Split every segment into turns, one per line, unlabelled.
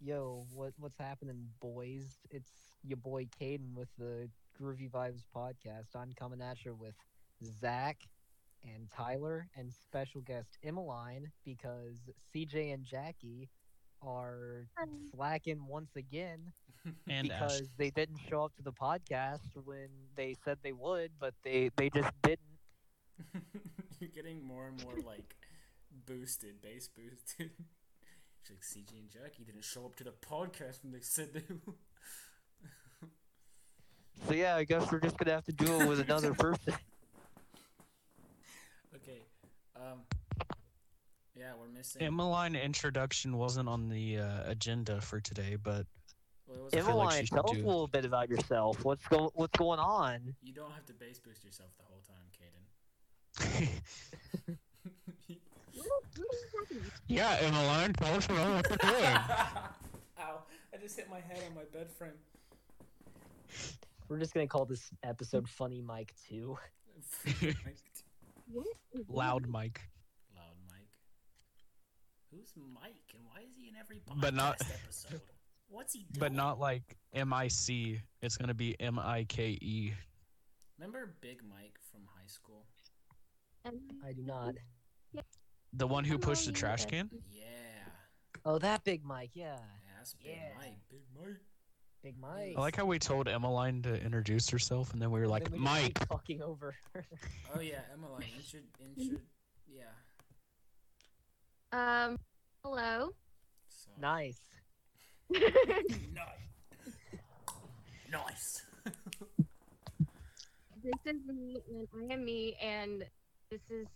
Yo, what what's happening, boys? It's your boy Caden with the Groovy Vibes podcast. I'm coming at you with Zach and Tyler and special guest Emmeline because CJ and Jackie are
Um,
slacking once again
And uh,
because
Ash.
they didn't show up to the podcast when they said they would, but they they just didn't.
You're getting more and more like boosted, base boosted. It's like CJ and Jackie didn't show up to the podcast when they said they would.
So yeah, I guess we're just gonna have to do it with another person.
Okay. Um Yeah, we're missing
Emmeline introduction wasn't on the uh, agenda for today, but
well, it was-
feel like
Emmeline,
she should
tell us
do
a
it.
little bit about yourself. What's go what's going on?
you don't have to base boost yourself the whole time, Caden.
yeah, Emmeline, tell us about what you're doing.
Ow. I just hit my head on my bed frame.
We're just gonna call this episode "Funny Mike 2.
Loud mic.
Loud Mike. Who's Mike and why is he in every podcast
But not-
episode? What's he doing?
But not like M I C. It's gonna be M I K E.
Remember Big Mike from high school?
I do not.
The one who pushed the
E.
trash can?
Yeah.
Oh, that Big Mike, yeah,
Yeah, that's Big
Yeah.
Mike. Big Mike.
Big Mike.
I like how we told Emmeline to introduce herself and then we were
And
like,
then we just
Mike.
keep fucking over. her.
Oh yeah, Emmeline. You should. You should. Yeah.
Um, hello.
So.
nice.
this
Nice. Nice.
is me, and I am me, and this is.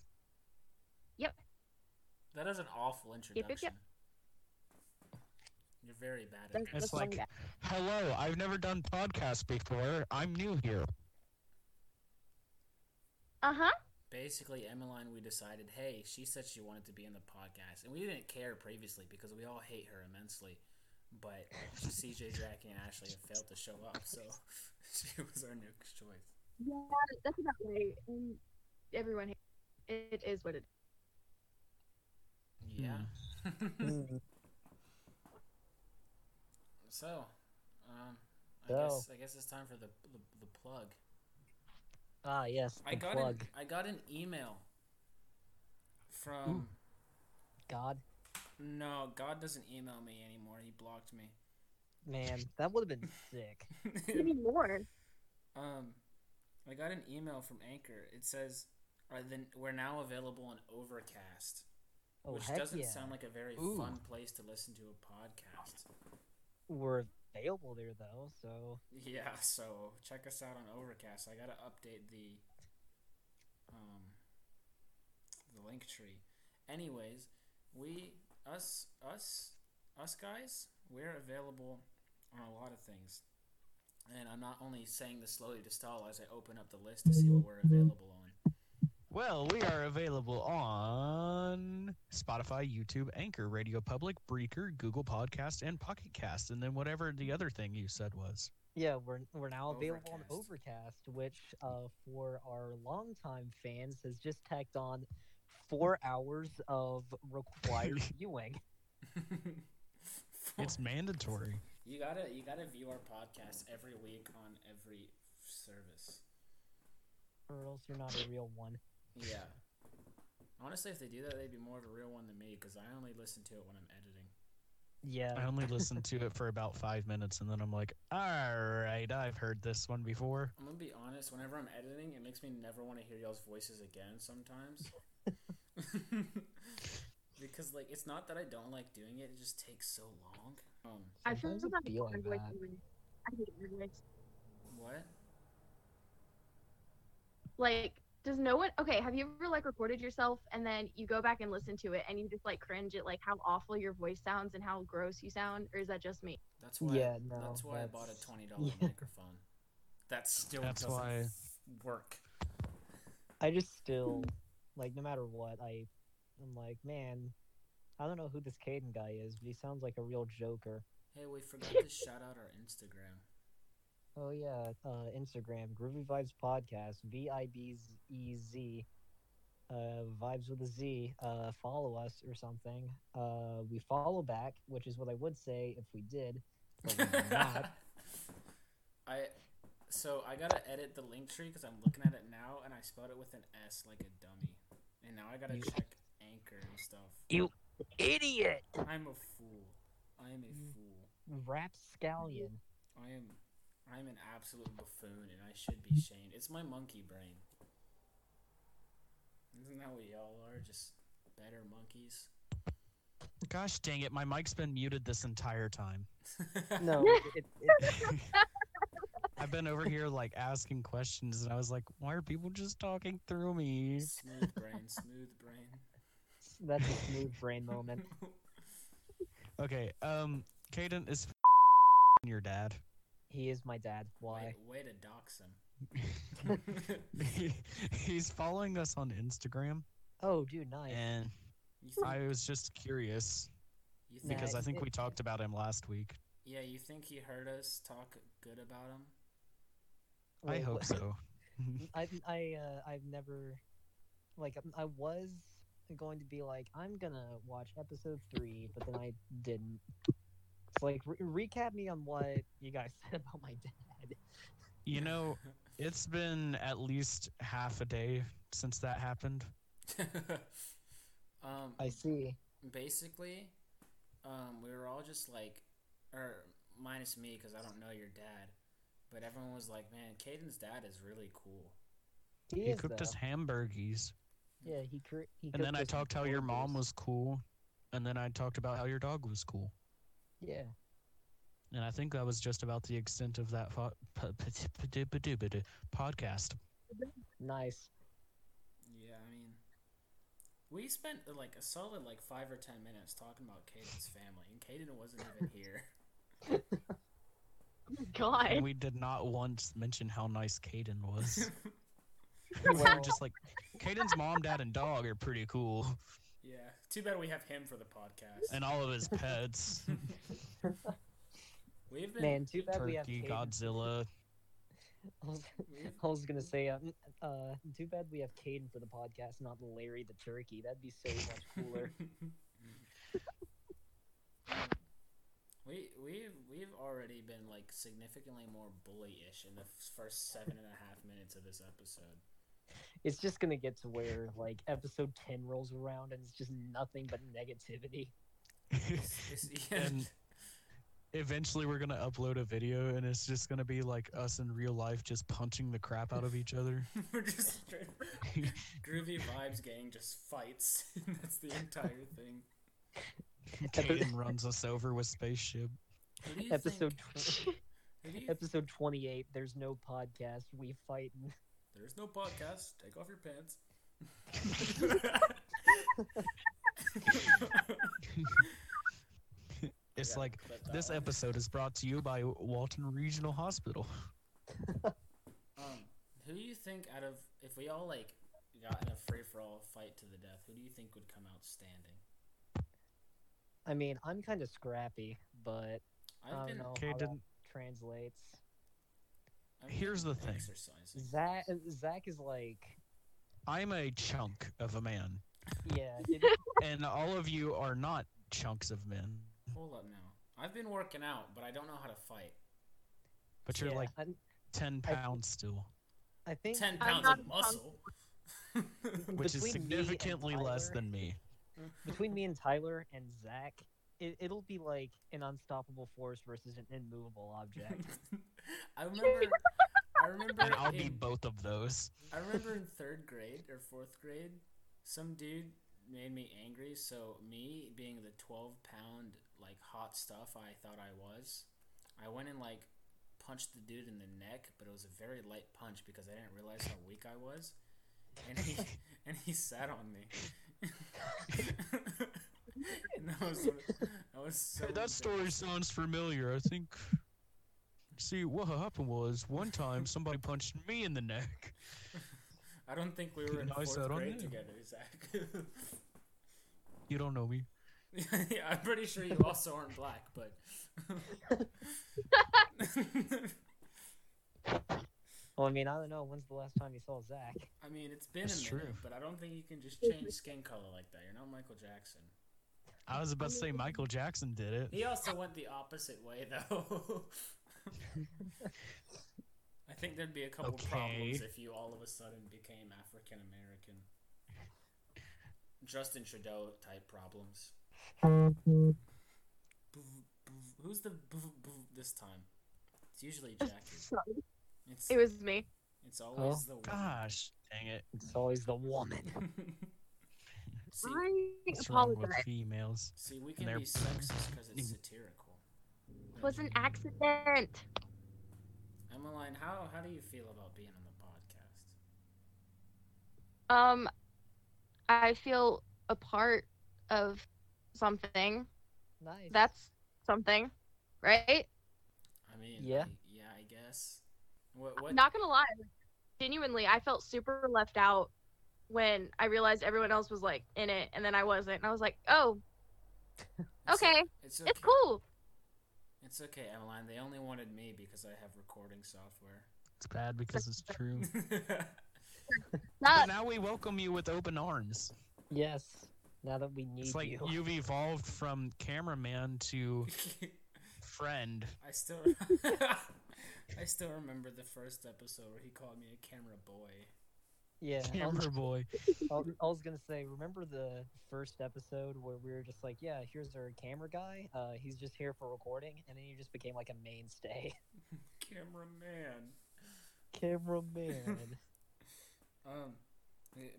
that is an awful
yep.
introduction. You're very bad at
That's-
that.
It's
that's
like,
all I
hello, I've never done podcasts before. I'm new here.
got. Uh-huh.
Basically, Emmeline, we decided, hey, she said she wanted to be in the podcast, and we didn't care previously because we all hate her immensely. But CJ, Jackie, and Ashley have failed to show up, so she was our next choice.
Yeah, that's about right. And everyone, it is what it is.
Yeah.
Mm.
So, um, I
So.
guess I guess it's time for the the, the plug.
ah, yes.
I
the
got
plug.
an I got an email from
God,
no God doesn't email me anymore. He blocked me.
man, that would have been sick.
Maybe more.
um, I got an email from Anchor. It says, "Are then we're now available on Overcast."
Oh
Which
heck
doesn't
yeah.
sound like a very
Ooh.
fun place to listen to a podcast.
We're available there though, so
Yeah, so check us out on Overcast. I gotta update the um the link tree. Anyways, we us us us guys, we're available on a lot of things. And I'm not only saying this slowly to stall as I open up the list to see what we're available on.
Well, we are available on Spotify, YouTube, Anchor, Radio Public, Breaker, Google Podcast, and Pocket Cast, and then whatever the other thing you said was.
Yeah, we're we're now available
Overcast.
on Overcast, which uh, for our longtime fans has just tacked on four hours of required viewing.
It's mandatory.
you gotta you gotta view our podcast every week on every service.
Or else you're not a real one.
Yeah. Honestly, if they do that, they'd be more of a real one than me because I only listen to it when I'm editing.
I
Yeah.
only listened to it for about five minutes, and then I'm like, all right, I've heard this one before.
I'm gonna be honest. Whenever I'm editing, it makes me never want to hear y'all's voices again. Sometimes. because like it's not that I don't like doing it; it just takes so long. Um,
I feel
Sometimes it
like
be like
my voice
that.
when- I hate my voice.
what?
Like, does no one? Okay, have you ever like recorded yourself and then you go back and listen to it and you just like cringe at like how awful your voice sounds and how gross you sound, or is that just me?
That's why.
Yeah, no,
that's why I bought a
that's-
twenty dollar
Yeah.
microphone. That still
That's
doesn't
why-
work.
I just still like no matter what, I I'm like, man, I don't know who this Caden guy is, but he sounds like a real joker.
Hey, we forgot to shout out our Instagram.
Oh yeah, uh, Instagram Groovy Vibes Podcast, V I B E Z. uh, vibes with a Z, uh, follow us or something. Uh, we follow back, which is what I would say if we did. But we do not.
I so I gotta edit the link tree because I'm looking at it now and I spelled it with an S like a dummy, and now I gotta
You-
check anchor and stuff.
You idiot!
I'm a fool. I am a
Mm.
fool.
Rapscallion.
I am. I'm an absolute buffoon, and I should be shamed. It's my monkey brain. Isn't that what y'all are? Just better monkeys.
Gosh dang it, my mic's been muted this entire time.
No, it, it,
I've been over here like asking questions and I was like, why are people just talking through me?
smooth brain. Smooth brain.
that's a smooth brain moment.
Okay, um, Caden is your dad.
He is my dad. Why?
Way, way to dox him.
He's following us on Instagram
Oh, dude, nice.
and
you think,
I was just curious
you think,
because I
Nice.
think we talked about him last week.
yeah, you think he heard us talk good about him?
I
Wait,
hope
what-
so.
I I uh, I've never like um, I was going to be like I'm gonna watch episode three, but then I didn't. So like re- recap me on what you guys said about my dad.
You know, it's been at least half a day since that happened.
um,
I see.
basically, um, we were all just like, or minus me because I don't know your dad, but everyone was like, man, Caden's dad is really cool.
He,
he
is,
cooked
though.
us hamburgies.
Yeah, he. Cre- he
And then
cooked
I
us
talked how your mom
burgers.
was cool. And then I talked about how your dog was cool.
Yeah.
And I think that was just about the extent of that fo- p- p- p- p- p- p- podcast.
Nice.
Yeah, I mean, we spent uh, like a solid like five or ten minutes talking about Caden's family, and Caden wasn't even here.
And
God.
we did not once mention how nice Caden was. we were
Well-
just like, Caden's mom, dad, and dog are pretty cool.
yeah, too bad we have him for the podcast.
And all of his pets
We've been
Man, too bad we have
Turkey,
Caden.
Godzilla.
I was,
We've,
I was gonna say, um, uh, too bad we have Caden for the podcast, not Larry the Turkey. That'd be so much cooler.
we we've we've already been like significantly more bullyish in the f- first seven and a half minutes of this episode.
it's just gonna get to where like episode ten rolls around and it's just nothing but negativity.
It's- it's- yeah.
And- Eventually, we're going to upload a video and it's just going to be like us in real life just punching the crap out of each other.
We're just straight- groovy vibes gang just fights. That's the entire thing.
Caden runs us over with spaceship.
Who do you
Episode
think-
tw-
who do you-
episode twenty eight. There's no podcast. We fighting.
There's no podcast. Take off your pants.
It's
Yeah, uh,
like
clip that
this
one.
episode is brought to you by Walton Regional Hospital.
Oh,
Um, who do you think out of if we all like got in a free for all fight to the death, who do you think would come out standing?
I mean, I'm kind of scrappy, but I
I've
don't
been
know how that
Caden,
translates.
I've
here's
been
the thing.
Exercising.
Zach, uh, Zach is like,
I'm a chunk of a man,
yeah, it,
and all of you are not chunks of men,
Hold up now. I've been working out, but I don't know how to fight.
but you're
yeah,
like
I'm-
10
I-
pounds still,
I think
Ten
I'm
pounds
not
of
a
muscle.
which is
between me and
significantly less
Tyler-
than me.
between me and Tyler and Zach. It, it'll be like an unstoppable force versus an immovable object.
I remember. I remember.
And I'll be
in-
both of those.
I remember in third grade or fourth grade, some dude made me angry. So me being the twelve pound like hot stuff I thought I was, I went and like punched the dude in the neck, but it was a very light punch because I didn't realize how weak I was, and he and he sat on me. and that was that was so.
Hey, that story
embarrassing.
sounds familiar. I think. See, what happened was one time somebody punched me in the neck.
I don't think we were in
No, I
fourth
sat on
grade
you.
together, Zach.
You don't know me.
yeah, I'm pretty sure you also aren't black, but.
Well, I mean, I don't know. When's the last time you saw Zach?
I mean, it's been
That's
a minute,
true.
but I don't think you can just change skin color like that. You're not Michael Jackson.
I was about to say Michael Jackson did it.
He also went the opposite way, though. I think there'd be a couple
Okay.
problems if you all of a sudden became African American. Justin Trudeau type problems. Boo, boo. Who's the boo, boo this time? It's usually Jackie.
Sorry.
It's
It was me.
it's always
Oh.
the one.
Gosh, dang it.
It's always the woman.
see,
I
What's wrong with
apologize.
females?
see, we can
they're-
be sexist because it's satirical.
It was an accident.
Emmeline, how how do you feel about being on the podcast?
Um, I feel a part of something.
Nice.
That's something, right?
I mean,
Yeah.
I- yeah, I guess. What what?
Not gonna lie, genuinely, I felt super left out when I realized everyone else was like in it, and then I wasn't. And I was like, oh,
It's-
okay,
It's
it's cool.
It's okay, Emmeline. They only wanted me because I have recording software.
It's bad because it's true.
Not
But now we welcome you with open arms.
yes. Now that we need
It's like
you.
you've evolved from cameraman to friend.
I still, I still remember the first episode where he called me a camera boy.
Yeah. I was-
Camera boy.
I was, I was gonna say, remember the first episode where we were just like, yeah, here's our camera guy. Uh, he's just here for recording, and then you just became like a mainstay.
Cameraman.
Cameraman.
Um,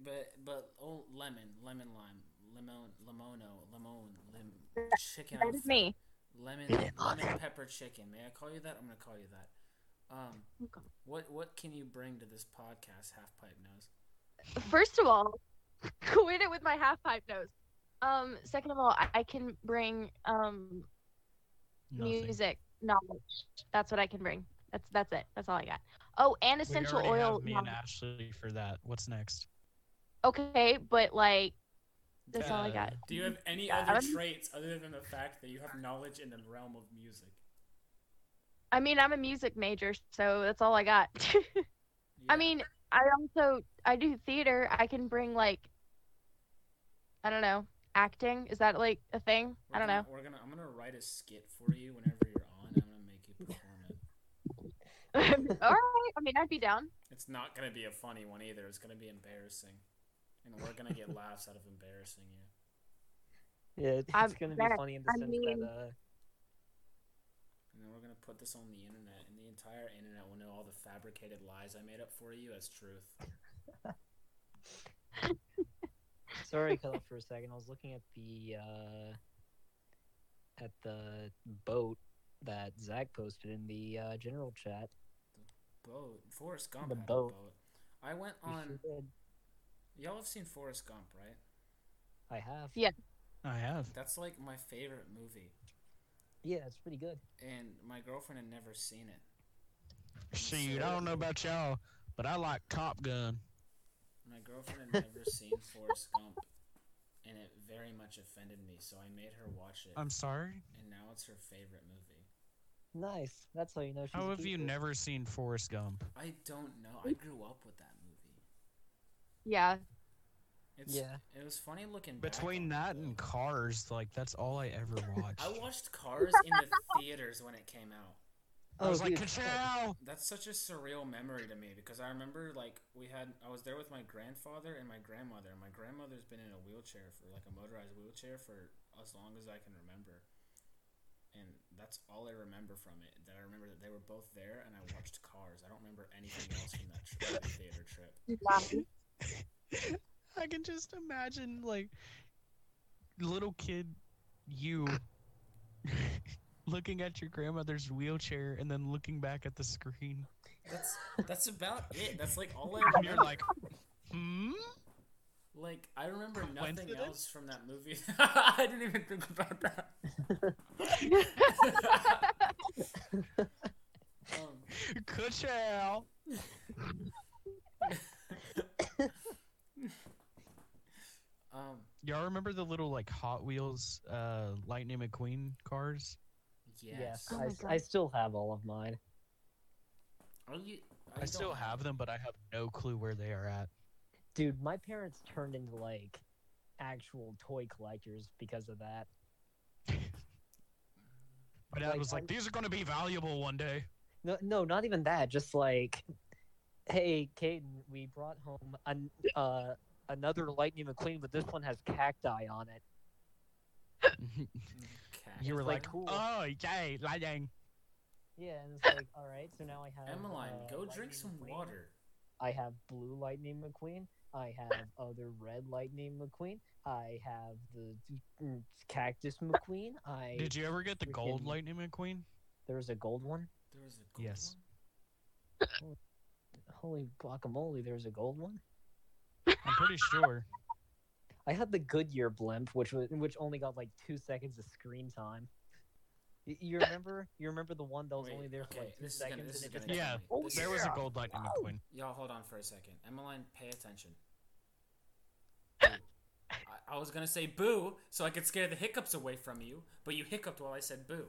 but but old lemon, lemon lime, lemon, limono, lemon, lim, chicken.
that is me.
Lemon,
Lemon.
lemon pepper chicken. May I call you that? I'm gonna call you that. Um, what what can you bring to this podcast, Half Pipe Nose?
First of all, quit it with my half pipe nose. Um, second of all, I, I can bring um
Nothing.
music knowledge. That's what I can bring. That's that's it. That's all I got. Oh, and
We
essential
already
oil.
have me
knowledge.
and Ashley for that. What's next?
Okay, but like that's all I
Uh,
got.
Do you have any
Yeah,
other
I'm-
traits other than the fact that you have knowledge in the realm of music?
I mean, I'm a music major, so that's all I got. I
Yeah.
mean, I also I do theater. I can bring like I don't know, acting. Is that like a thing?
We're
I don't
gonna-
know.
We're gonna I'm gonna write a skit for you whenever you're on. and I'm gonna make you perform it.
all right. I mean, I'd be down.
It's not gonna be a funny one either. It's gonna be embarrassing, and we're gonna get laughs out of embarrassing you.
yeah, it's
I'm
gonna be
back.
funny in the
I
sense
mean-
that uh,
And then we're gonna put this on the internet, and the entire internet will know all the fabricated lies I made up for you as truth.
sorry, I cut off for a second. I was looking at the uh, at the boat that Zach posted in the uh, general chat.
Boat. Forrest Gump.
The
had a
boat.
boat. I went
You sure
on.
did.
Y'all have seen Forrest Gump, right?
I have.
Yeah.
I have.
That's like my favorite movie,
Yeah, it's pretty good.
and my girlfriend had never seen it.
See, I don't know about y'all, but I like Top Gun.
My girlfriend had never seen Forrest Gump, and it very much offended me, so I made her watch it,
I'm sorry.
and now it's her favorite movie.
Nice. That's how you know. She's
How
a
have you
keeper.
never seen Forrest Gump?
I don't know. I grew up with that movie.
Yeah.
It's,
Yeah.
It was funny looking back
Between
on it,
that and
though.
Cars, like that's all I ever watched.
I watched Cars in the theaters when it came out.
I
Oh,
was like,
dude,
"Ka-chow!"
That's such a surreal memory to me because I remember like we had I was there with my grandfather and my grandmother. and My grandmother's been in a wheelchair for like a motorized wheelchair for as long as I can remember. And that's all I remember from it. That I remember that they were both there and I watched cars. I don't remember anything else from that trip, that theater trip.
I can just imagine like little kid you looking at your grandmother's wheelchair and then looking back at the screen.
That's that's about it. That's like all I
And
remember.
you're like, hmm?
Like I remember nothing
Coincidence?
else from that movie. I didn't even think about that. um,
Ka-chow!
um,
Y'all remember the little like Hot Wheels uh Lightning McQueen cars?
yes.
Yes,
Oh my
I, I
God.
still have all of mine.
Are Oh, you?
I still
don't
have them, but I have no clue where they are at.
Dude, my parents turned into like actual toy collectors because of that.
My dad
Like,
was
I'm-
like, "These are going to be valuable one day."
No, no, not even that. Just like, hey, Caden, we brought home an, uh, another Lightning McQueen, but this one has cacti on it.
Cat.
you were
like,
like,
cool.
"Uh."
"Oh, yay, lightning!"
Yeah, and it's like, all right, so now I have.
Emmeline,
uh,
go
Lightning
drink some
McQueen.
water.
I have blue Lightning McQueen. I have other red Lightning McQueen. I have the mm, cactus McQueen. I
Did you ever get the gold
freaking-
lightning McQueen?
there was a gold one.
There was a gold
Yes.
one?
Holy guacamole! There was a gold one.
I'm pretty sure.
I had the Goodyear blimp, which was which only got like two seconds of screen time. Y- You remember? You remember the one that was
Wait,
only there for
okay,
like two
this is gonna-
seconds,
this
and
is
it just
gonna
said,
Yeah,
kill me. This is-
There was a gold lightning McQueen.
Y'all hold on for a second. Emmeline, pay attention. Boo. I, I was gonna say boo so I could scare the hiccups away from you, but you hiccuped while I said boo.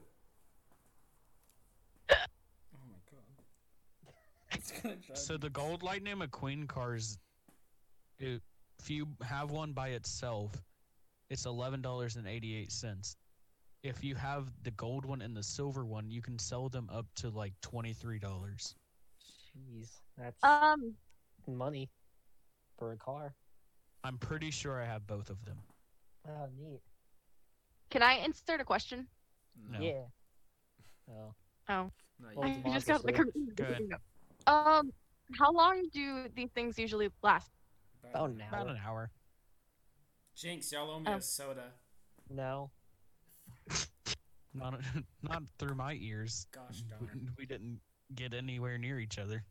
Oh my god. It's gonna drive
So
me-
the gold lightning McQueen cars, i- if you have one by itself, it's eleven dollars and eighty-eight cents. If you have the gold one and the silver one, you can sell them up to like twenty-three dollars.
"Jeez, that's
Um,
money for a car."
I'm pretty sure I have both of them.
Oh, neat.
can I insert a question?
No.
Yeah. Oh,
No, you
Well,
I
it's
just got like.
democracy.
a-
Go ahead.
Um, how long do these things usually last?
didn't.
about an
About
hour.
an hour.
Jinx, y'all owe me
Oh.
a soda.
No.
Not not through my ears.
Gosh
We,
darn.
we didn't get anywhere near each other.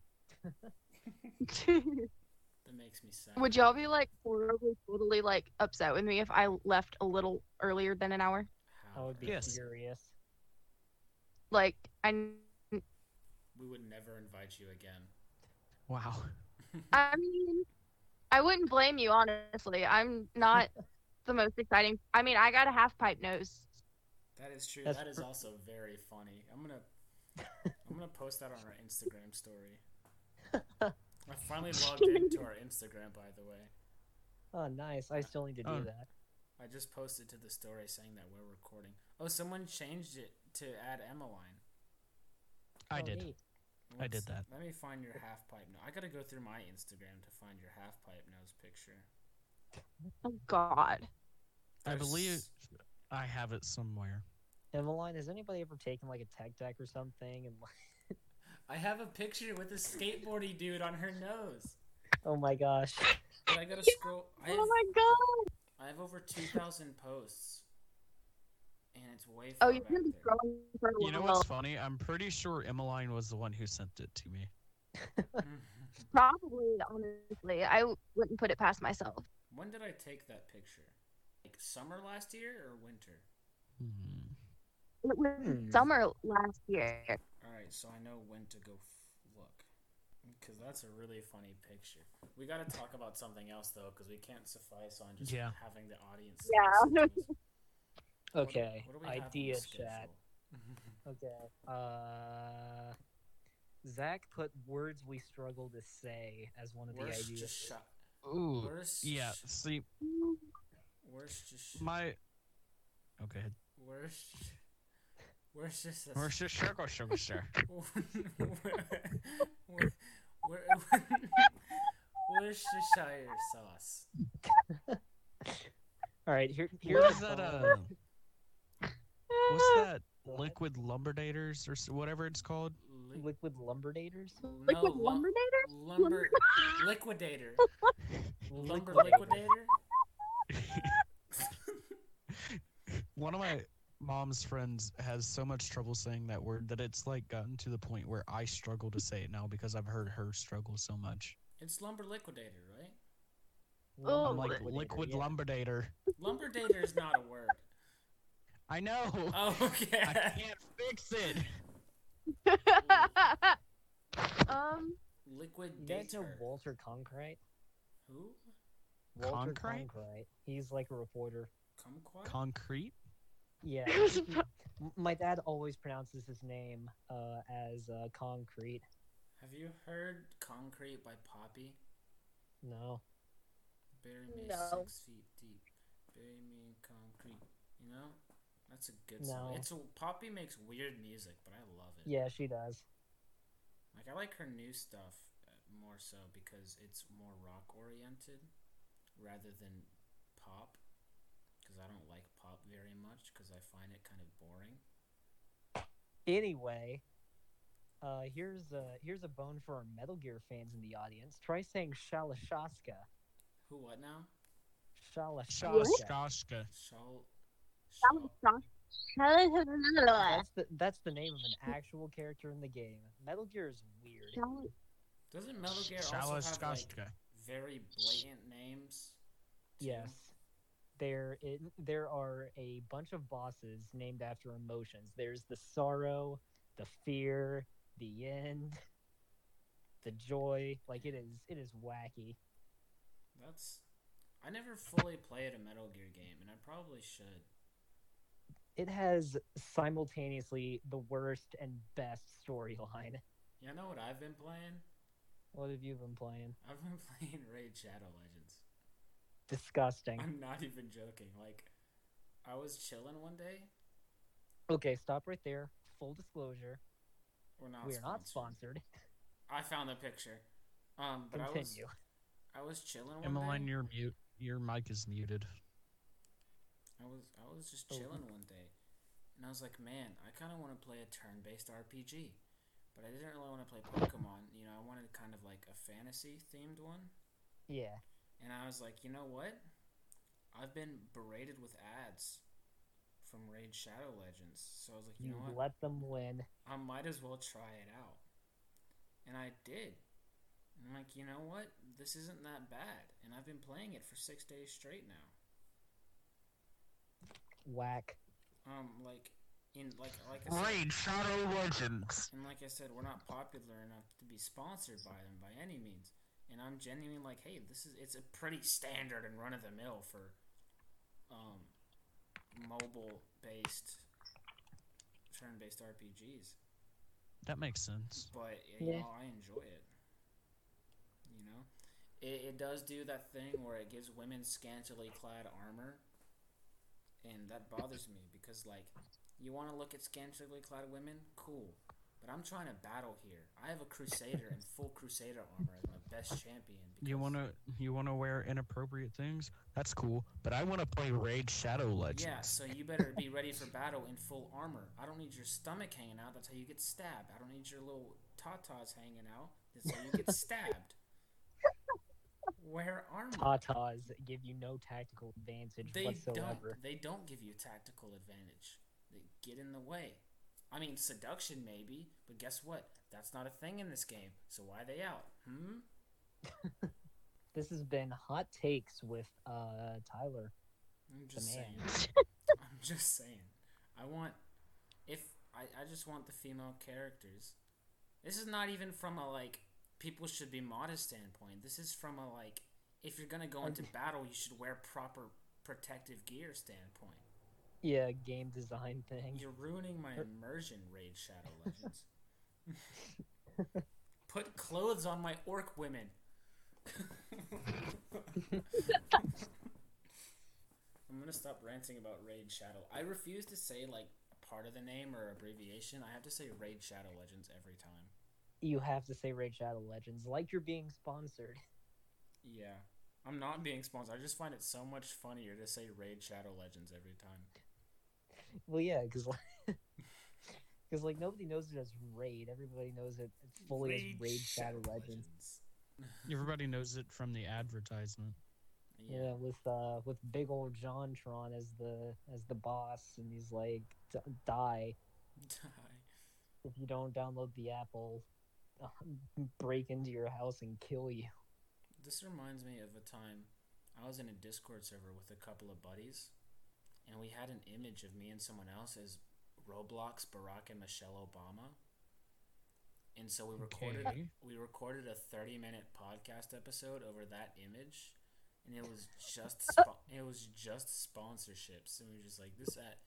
That makes me sad.
Would y'all be like horribly, totally like upset with me if I left a little earlier than an hour?
I
How
would be
ever.
Yes.
furious.
Like I,
We would never invite you again.
Wow.
I mean, I wouldn't blame you honestly. I'm not the most exciting. I mean, I got a half pipe nose.
That is true.
That's
that is
pr-
also very funny. I'm gonna I'm gonna post that on our Instagram story. I finally logged into our Instagram by the way.
Oh, nice. I still need to do
Oh.
that.
I just posted to the story saying that we're recording. Oh, someone changed it to add Emmeline.
I
Oh,
did.
neat.
I did
Let's-
that.
Let me find your half pipe. No, I gotta go through my Instagram to find your half pipe nose picture.
Oh God.
I believe
There's-
I have it somewhere.
Emmeline, has anybody ever taken like a tech deck or something? And like,
I have a picture with a skateboardy dude on her nose.
oh my gosh,
But I gotta scroll. I have,
Oh my God.
I have over two thousand posts, and it's way.
Oh,
far
you're
back
gonna be
there.
growing for a while.
You know what's funny? I'm pretty sure Emmeline was the one who sent it to me.
Probably, honestly, I wouldn't put it past myself.
when did I take that picture? Like summer last year or winter?
Hmm.
It was
Hmm.
summer last year.
All right, so I know when to go f- look, because that's a really funny picture. We got to talk about something else though, because we can't suffice on just
Yeah.
having the audience.
Yeah.
listen to us. What-
Okay,
what do we have on the
idea
schedule?
chat. Okay. Uh, Zach put words we struggle to say as one of the
Worst
ideas.
just shot.
Ooh.
Worst.
Yeah.
sh-
See,
Worst just. sh-
my. Okay.
Worst. Worst just. a-
Where's your sugar, sugar, sir?
Wor- wor- Worcestershire sauce.
All right, here, here's
Here's
a
that.
thought.
Uh,
Mm.
what's that?
Go ahead.
Liquid lumberdators or s- whatever it's called.
Li-
liquid lumberdators.
Like with
lu-
Lumbernator?
lumber liquidator. Lumber
Liquidator.
liquidator.
One of my mom's friends has so much trouble saying that word that it's like gotten to the point where I struggle to say it now because I've heard her struggle so much.
It's lumber liquidator, right?
Oh,
I'm like
Liquidator,
liquid
yeah.
lumberdator.
Lumberdator is not a word.
I know.
Oh, okay.
I can't fix it.
um,
You guys know
Liquidator.
Walter Conkright?
Who?
Walter
Conkright?
Conkright. He's like a reporter.
Kumquat?
Concrete.
Yeah. M- My dad always pronounces his name uh, as uh, concrete.
Have you heard Concrete by Poppy?
No.
Bury me
No.
six feet deep. Bury me in concrete. You know? That's a good
No.
song. It's a, Poppy makes weird music, but I love it.
Yeah, she does.
Like I like her new stuff uh, more so because it's more rock oriented rather than pop. Because I don't like pop very much because I find it kind of boring.
Anyway, uh, here's a here's a bone for our Metal Gear fans in the audience. Try saying Shalashaska.
Who what now?
Shalashaska.
Shashkashka.
Shal.
That was strong.
That's the that's the name of an actual character in the game. Metal Gear is weird.
Doesn't Metal Gear also have like
Shashkashka.
very blatant names? too?
Yes. There it, there are a bunch of bosses named after emotions. There's the sorrow, the fear, the end, the joy. Like it is it is wacky.
That's. I never fully played a Metal Gear game, and I probably should.
It has simultaneously the worst and best storyline.
You know what I've been playing?
What have you been playing?
I've been playing Raid Shadow Legends.
Disgusting.
I'm not even joking. Like, I was chilling one day.
Okay, stop right there. Full disclosure,
We're not.
we are not
sponsored.
sponsored.
I found the picture. Um, but
Continue.
I was I was chilling one
Emmeline,
day.
you're mute. Your mic is muted.
I was I was just
Oh.
chilling one day, and I was like, man, I kind of want to play a turn-based RPG, but I didn't really want to play Pokemon. You know, I wanted kind of like a fantasy-themed one.
Yeah.
And I was like, you know what? I've been berated with ads from Raid Shadow Legends. So I was like,
You
you know what?
let them win.
I might as well try it out. And I did. And I'm like, you know what? This isn't that bad. And I've been playing it for six days straight now.
Whack.
Um, like in like like I said,
Raid Shadow Legends.
and like I said, we're not popular enough to be sponsored by them by any means. And I'm genuinely like, hey, this is it's a pretty standard and run of the mill for um mobile based turn based RPGs.
That makes sense.
But you
Yeah.
know, I enjoy it. You know? It, it does do that thing where it gives women scantily clad armor. And that bothers me because like you want to look at scantily clad women? Cool. But I'm trying to battle here. I have a crusader in full crusader armor as my best champion.
You wanna you wanna wear inappropriate things? That's cool. But I wanna play Raid Shadow Legends.
Yeah, so you better be ready for battle in full armor. I don't need your stomach hanging out. That's how you get stabbed. I don't need your little tatas hanging out. That's how you get stabbed. Wear armor.
Tatas give you no tactical advantage
They
whatsoever.
don't. They don't give you tactical advantage. They get in the way. I mean, seduction maybe, but guess what? That's not a thing in this game. So why are they out? Hmm.
This has been hot takes with uh Tyler.
I'm just
man.
saying. I'm just saying. I want if I, I just want the female characters. This is not even from a like people should be modest standpoint. This is from a like if you're gonna go into battle you should wear proper protective gear standpoint.
Yeah, game design thing.
You're ruining my immersion, Raid Shadow Legends. Put clothes on my orc women. I'm gonna stop ranting about Raid Shadow. I refuse to say like a part of the name or abbreviation. I have to say Raid Shadow Legends every time.
You have to say Raid Shadow Legends like you're being sponsored.
Yeah. I'm not being sponsored. I just find it so much funnier to say Raid Shadow Legends every time.
Well, yeah, because like, cause, like nobody knows it as Raid. Everybody knows it fully as Raid Shadow Legends.
Everybody knows it from the advertisement.
Yeah. with uh with big old Jontron as the as the boss, and he's like, "D- die
Die.
if you don't download the app, I'll uh, break into your house and kill you.
This reminds me of a time I was in a Discord server with a couple of buddies, and we had an image of me and someone else as Roblox, Barack, and Michelle Obama. And so we recorded
Okay.
we recorded a thirty minute podcast episode over that image, and it was just spo- it was uh, just sponsorships, and we were just like this at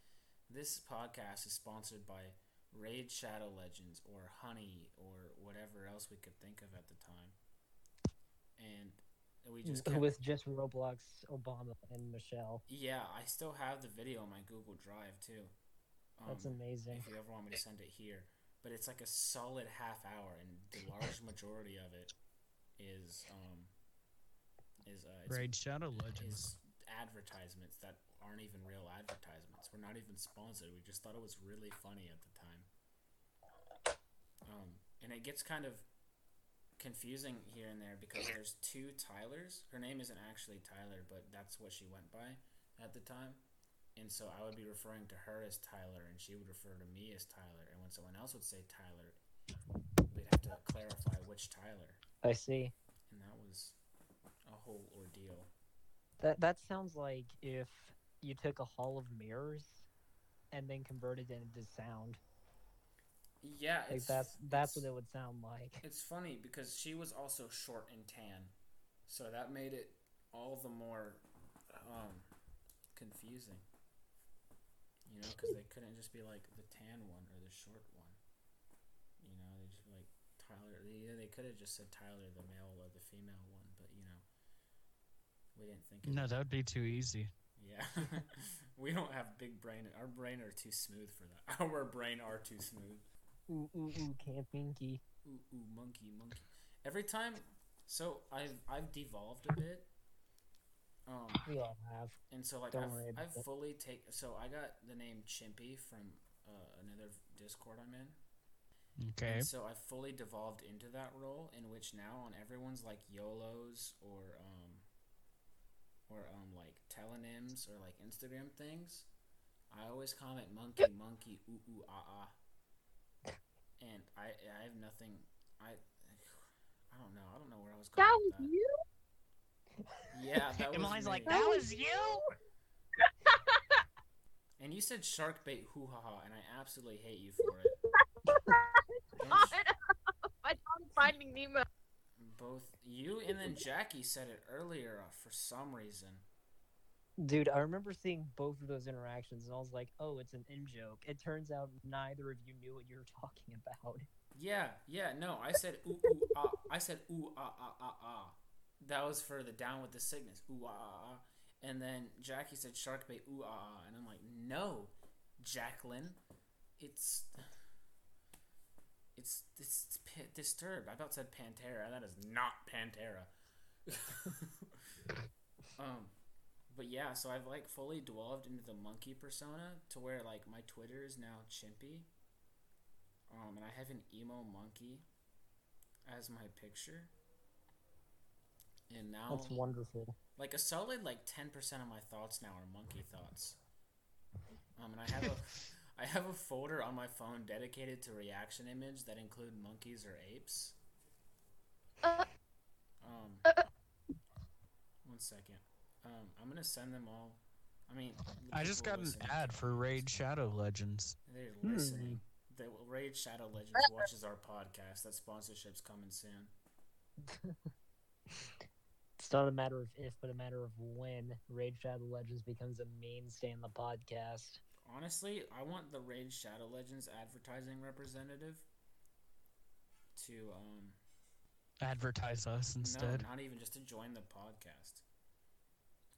this podcast is sponsored by Raid Shadow Legends or Honey or whatever else we could think of at the time. And we just kept,
with just Roblox, Obama, and Michelle.
yeah, I still have the video on my Google Drive too. Um,
That's amazing.
if you ever want me to send it here. But it's like a solid half hour, and the large majority of it is um is uh, it's,
Raid Shadow Legends.
is advertisements that aren't even real advertisements. We're not even sponsored. We just thought it was really funny at the time. Um, and it gets kind of confusing here and there because there's two Tylers. Her name isn't actually Tyler, but that's what she went by at the time. And so I would be referring to her as Tyler, and she would refer to me as Tyler. And when someone else would say Tyler, we'd have to clarify which Tyler.
I see.
And that was a whole ordeal.
That that sounds like if you took a hall of mirrors and then converted it into sound.
Yeah,
Like
it's,
that's that's what
it's-
it would sound like.
It's funny because she was also short and tan, so that made it all the more um, confusing. You know, because they couldn't just be like the tan one or the short one. You know, they just be like Tyler. They, they could have just said Tyler, the male or the female one, but you know, we didn't think. Of
No, that would be too easy.
Yeah, we don't have big brain. Our brain are too smooth for that. Our brain are too smooth.
Ooh ooh ooh, Camp Minky.
ooh ooh monkey monkey every time so i've i've devolved a bit um
We all have.
and so like
Don't
i've,
worry about
I've
it.
fully take so i got the name chimpy from uh, another discord i'm in
Okay.
and so i fully devolved into that role in which now on everyone's like yolos or um or um like telonyms or like instagram things i always comment monkey monkey ooh ooh ah ah and i i have nothing i i don't know i don't know where i was going
That
with
was you.
yeah that was
Emily's
me.
like, "That was you?"
and you said shark bait hoo ha ha and i absolutely hate you for it Don't
God,
sh-
I found Finding Nemo.
both you and then jackie said it earlier uh, for some reason
Dude, I remember seeing both of those interactions and I was like, oh, it's an in joke. It turns out neither of you knew what you were talking about.
Yeah, yeah, no, I said ooh ooh ah. I said ooh ah ah ah ah. That was for the down with the sickness. Ooh ah ah ah. And then Jackie said shark bait. Ooh ah ah. And I'm like, no, Jacqueline, it's it's this it's p- disturbed. I about said Pantera. That is not Pantera. um, but yeah, so I've like fully delved into the monkey persona to where like my Twitter is now Chimpy. Um, and I have an emo monkey as my picture. And now,
That's wonderful.
like a solid like ten percent of my thoughts now are monkey thoughts. Um, and I have a, I have a folder on my phone dedicated to reaction image that include monkeys or apes.
Uh,
Um,
Uh.
one second. Um, I'm gonna send them all. I mean, the
I just
people
got an
listening-
ad for Raid Shadow Legends.
They're
Hmm.
listening. The Raid Shadow Legends watches our podcast. That sponsorship's coming soon.
It's not a matter of if, but a matter of when Raid Shadow Legends becomes a mainstay in the podcast.
Honestly, I want the Raid Shadow Legends advertising representative to um
Advertise us instead.
no, not even just to join the podcast.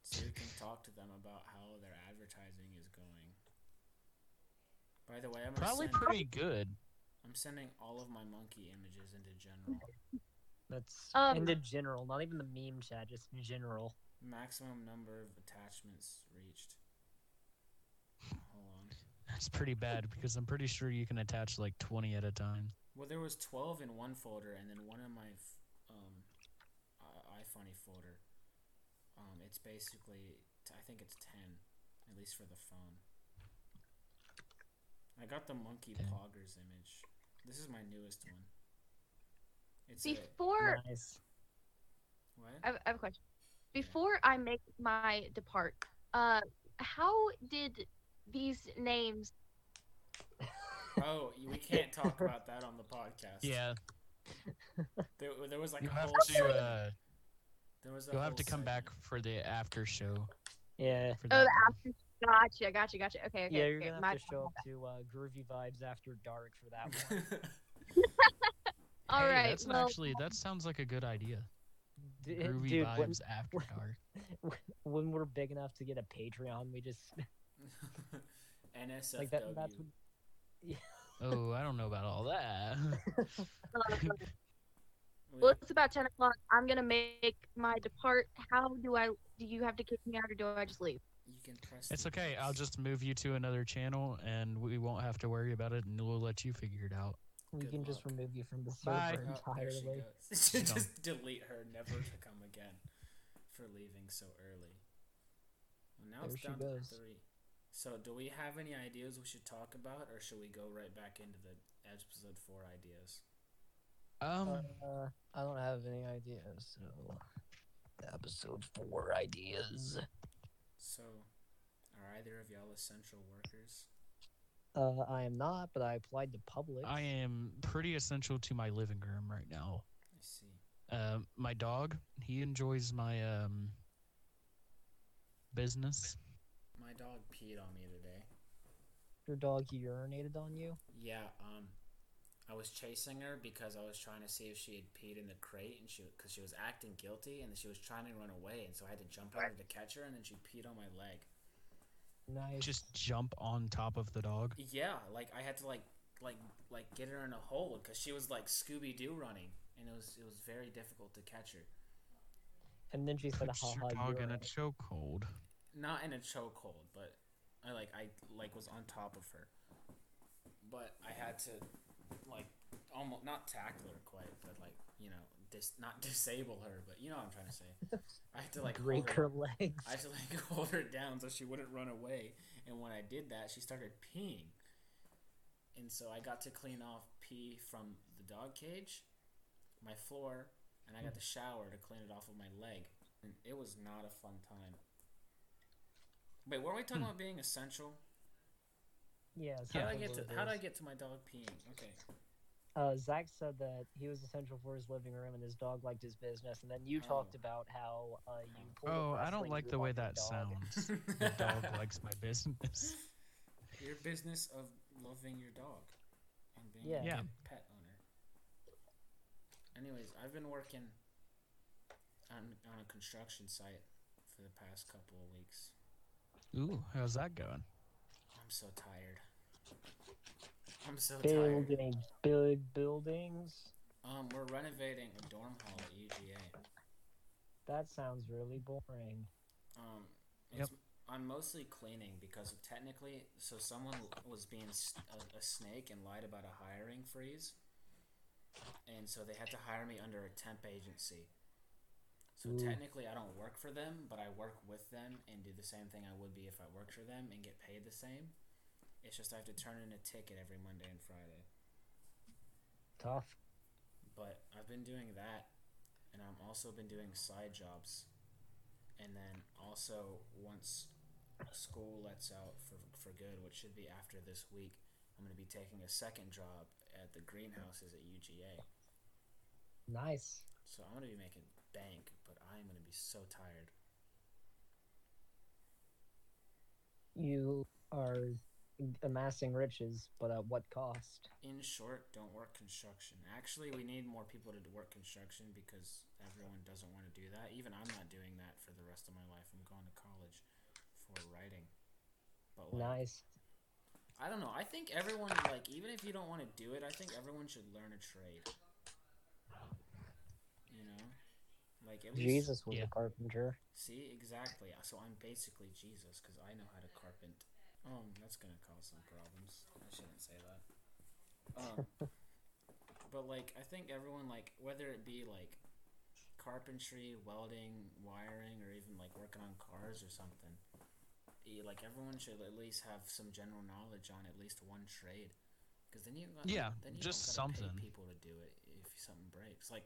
So we can talk to them about how their advertising is going. By the way, I'm gonna
Probably
send,
pretty good.
I'm sending all of my monkey images into general.
That's
Um,
into general, not even the meme chat, just general.
Maximum number of attachments reached. Hold on.
That's pretty bad because I'm pretty sure you can attach like 20 at a time.
Well, there was twelve in one folder, and then one in my f- um, I- iFunny folder. Um, it's basically, t- I think it's ten, at least for the phone. I got the monkey
Okay.
poggers image. This is my newest one. It's a,
Before
Nice.
I
what?
have, I have a question. Before I make my depart, uh, how did these names?
Oh, you- we can't talk about that on the podcast.
Yeah,
There, there was like
you
a
have
whole.
to.
se-
Uh,
there was a
you'll have
whole
to come back
segment.
for the after show.
Yeah.
For
Oh,
that
the
one.
after Gotcha, gotcha, gotcha. Okay, okay.
yeah, you're
okay,
gonna
my
have to
bad,
show
my
up to uh, Groovy Vibes after dark for that one.
bad. All
Hey,
right.
That's
well,
actually that sounds like a good idea.
D-
Groovy
dude, when,
vibes after
when-
dark.
when we're big enough to get a Patreon, we just
NSFW.
like that. That's what,
Oh, I don't know about all that.
uh,
We-
well, it's about ten o'clock. I'm gonna make my depart. How do I? Do you have to kick me out, or do I just leave?
you can press
it's
the
okay. I'll
buttons.
just move you to another channel, and we won't have to worry about it, and we'll let you figure it out.
we
Good
can just
luck.
remove you from the server
Bye.
Oh, there she
entirely.
goes.
She's gone.
just delete her, never to come again, for leaving so early. Well, now
There
it's
she
down
goes.
to three. So, do we have any ideas we should talk about, or should we go right back into the episode four ideas?
Um,
Uh, I don't have any ideas. So, episode four ideas.
So, are either of y'all essential workers?
Uh, I am not, but I applied to public.
I am pretty essential to my living room right now.
I see.
Uh, my dog, he enjoys my um business.
My dog peed on me today.
Your dog urinated on you.
Yeah, um, I was chasing her because I was trying to see if she had peed in the crate, and she because she was acting guilty, and she was trying to run away, and so I had to jump on her to catch her, and then she peed on my leg.
Nice.
Just jump on top of the dog.
Yeah, like I had to like like like get her in a hole because she was like Scooby Doo running, and it was it was very difficult to catch her.
and then she said,
Puts
"Ha
your
ha."
dog in a
urinate."
chokehold.
Not in a chokehold, but I like I like was on top of her, but I had to like almost not tackle her quite, but like you know dis- not disable her, but you know what I'm trying to say. I had to like hold
Break
her
her legs.
I had to like hold her down so she wouldn't run away. And when I did that, she started peeing. And so I got to clean off pee from the dog cage, my floor, and I got the shower to clean it off of my leg. And it was not a fun time. Wait, were we talking
Hmm.
about being essential?
Yeah.
How did I
something
get to
like
how did
this.
I get to my dog peeing? Okay.
uh, Zach said that he was essential for his living room and his dog liked his business. And then you
Oh.
talked about how uh, you. pulled a
Oh, I
wrestling
don't like
move
the way
off your
that
dog.
sounds. the dog likes my business.
Your business of loving your dog and being
Yeah.
a
Yeah.
good pet owner. Anyways, I've been working on on a construction site for the past couple of weeks.
Ooh, how's that going?
I'm so tired. I'm so tired.
Building, big buildings.
Um, we're renovating a dorm hall at UGA.
That sounds really boring.
Um,
Yep.
it's, I'm mostly cleaning because technically, so someone w- was being s- a, a snake and lied about a hiring freeze, and so they had to hire me under a temp agency. So
Ooh.
technically, I don't work for them, but I work with them and do the same thing I would be if I worked for them and get paid the same. It's just I have to turn in a ticket every Monday and Friday.
Tough.
But I've been doing that, and I've also been doing side jobs, and then also once school lets out for for good, which should be after this week, I'm gonna be taking a second job at the greenhouses at UGA.
Nice.
So I'm gonna be making bank, but I'm gonna be so tired.
You are amassing riches, but at what cost?
In short, don't work construction. Actually, we need more people to work construction because everyone doesn't want to do that. Even I'm not doing that for the rest of my life. I'm going to college for writing. But like,
Nice.
I don't know. I think everyone like even if you don't want to do it, I think everyone should learn a trade. You know, like at least
Jesus was
Yeah.
a carpenter.
see exactly. So I'm basically Jesus because I know how to carpent. Um, that's gonna cause some problems. I shouldn't say that. Um, but like I think everyone like whether it be like carpentry, welding, wiring, or even like working on cars or something. eh, Like everyone should at least have some general knowledge on at least one trade, because then you got-
Yeah,
then you
just
don't gotta
something.
Pay people to do it if something breaks. Like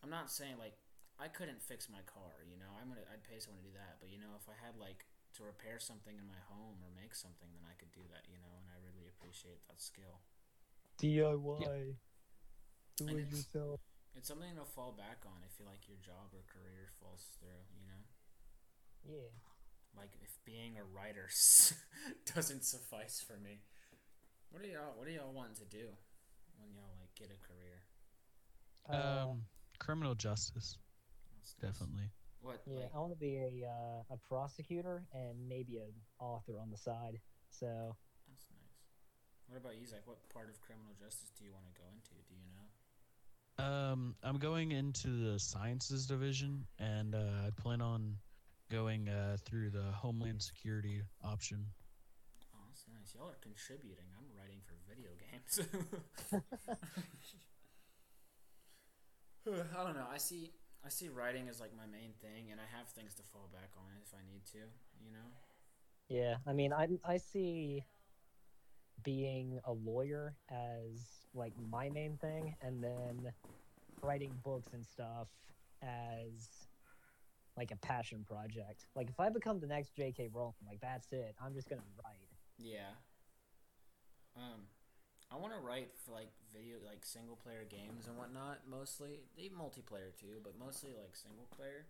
I'm not saying like I couldn't fix my car, you know. I'm gonna I'd pay someone to do that, but you know if I had like to repair something in my home or make something, then I could do that, you know. And I really appreciate that skill.
DIY.
Do And it it's-
yourself.
It's something to fall back on if you like your job or career falls through, you know.
Yeah.
like if being a writer s- doesn't suffice for me. What do y'all What do y'all want to do when y'all like get a career?
Uh,
um, criminal justice,
That's nice.
definitely.
What?
yeah,
like-
I want to be a uh, a prosecutor and maybe an author on the side. So
that's nice. What about you, Zach? What part of criminal justice do you want to go into? Do you know?
Um, I'm going into the sciences division, and uh, I plan on going uh, through the homeland security option.
Oh, that's nice. Y'all are contributing. I'm writing for video games. I don't know. I see. I see writing as like my main thing, and I have things to fall back on if I need to. You know.
yeah, I mean, I I see being a lawyer as like my main thing, and then writing books and stuff as like a passion project. Like if I become the next J.K. Rowling, like that's it. I'm just gonna write.
Yeah. Um, I want to write for like video, like single player games and whatnot. Mostly, they multiplayer too, but mostly like single player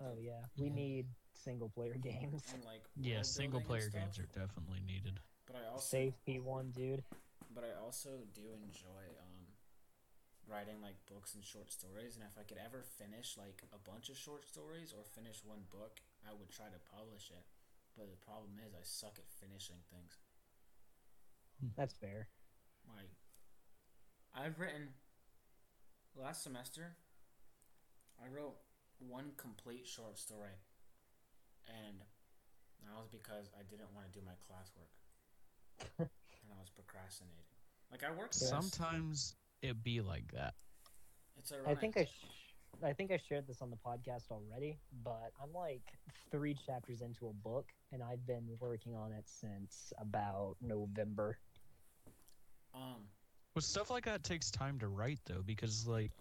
Oh yeah, we
Mhm.
need single player games.
and like
Yeah,
world
single
building
player
and
games
stuff.
are definitely needed.
But I also
Safe P1, dude.
but I also do enjoy um, writing like books and short stories. And if I could ever finish like a bunch of short stories or finish one book, I would try to publish it. But the problem is, I suck at finishing things.
That's fair.
Like, I've written last semester. I wrote one complete short story, and that was because I didn't want to do my classwork, and I was procrastinating. Like I worked.
Yes.
Sometimes it be like that.
It's
I
ironic.
think I, sh- I think I shared this on the podcast already, but I'm like three chapters into a book, and I've been working on it since about November.
um.
But stuff like that takes time to write though, because like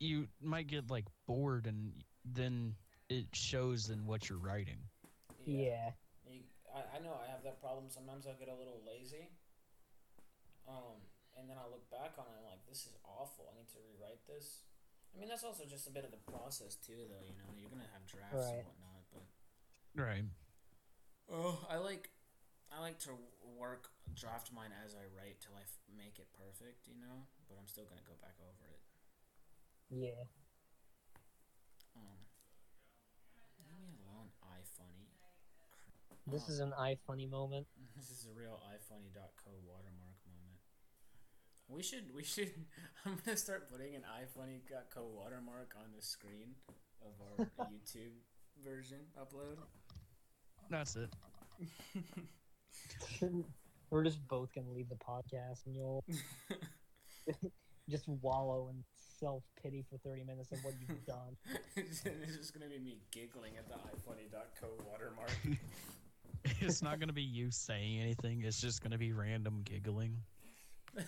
you might get like bored, and then it shows in what you're writing.
Yeah.
You, I, I know I have that problem. Sometimes I get a little lazy. Um, and then I look back on it and I'm like, this is awful. I need to rewrite this. I mean, that's also just a bit of the process too, though. You know, you're gonna have drafts
Right.
and whatnot, but
Right.
oh, I like, I like to work draft mine as I write till I f- make it perfect. You know, but I'm still gonna go back over it.
yeah,
Um, leave me alone, iFunny.
This
Oh.
is an I funny moment.
This is a real iFunny.co watermark moment. We should, we should. I'm gonna start putting an iFunny.co watermark on the screen of our YouTube version upload.
That's it.
We're just both gonna leave the podcast, and you'll just wallow in self pity for 30 minutes of what you've done.
it's just gonna be me giggling at the iFunny.co watermark.
it's not gonna be you saying anything. It's just gonna be random giggling.
I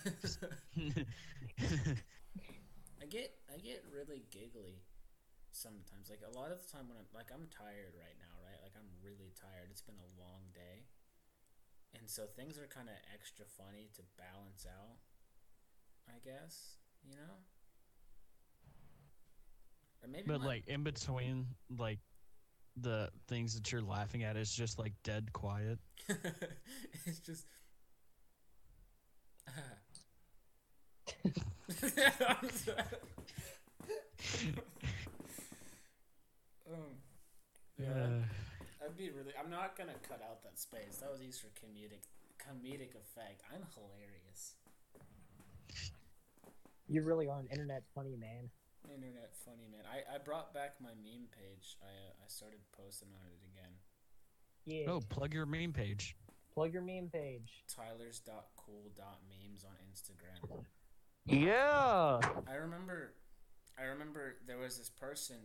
get, I get really giggly sometimes. Like a lot of the time when I'm like, I'm tired right now, right? Like I'm really tired. It's been a long day, and so things are kind of extra funny to balance out. I guess you know. Or maybe
but
my-
like in between, like the things that you're laughing at, it's just like dead quiet.
it's just. um, yeah, I'd be really. I'm not gonna cut out that space. That was used for comedic comedic effect. I'm hilarious.
You really are an internet funny man.
Internet funny man. I, I brought back my meme page. I uh, I started posting on it again.
Yeah.
Oh, plug your main page.
Plug your meme page.
Tyler's dot cool dot memes on Instagram.
Yeah.
I remember, I remember there was this person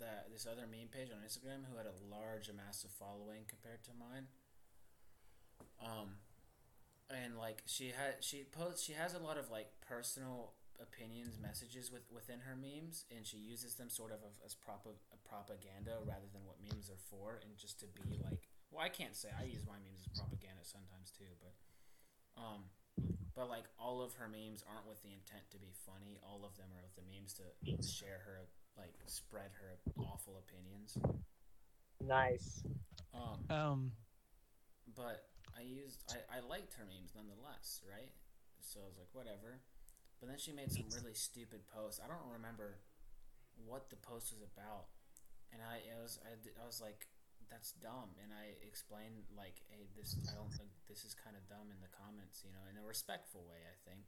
that this other meme page on Instagram who had a large, massive following compared to mine. Um, and like she had she posts she has a lot of like personal opinions messages with within her memes, and she uses them sort of as prop propaganda rather than what memes are for, and just to be like. Well, I can't say I use my memes as propaganda sometimes too, but um, but like all of her memes aren't with the intent to be funny. All of them are with the memes to share her like spread her awful opinions.
Nice.
Um,
Um,
but I used I, I liked her memes nonetheless, right? So I was like, whatever. But then she made some really stupid posts. I don't remember what the post was about, and I it was I, d- I was like, that's dumb. And I explained like, hey, this I don't think this is kind of dumb in the comments, you know, in a respectful way, I think.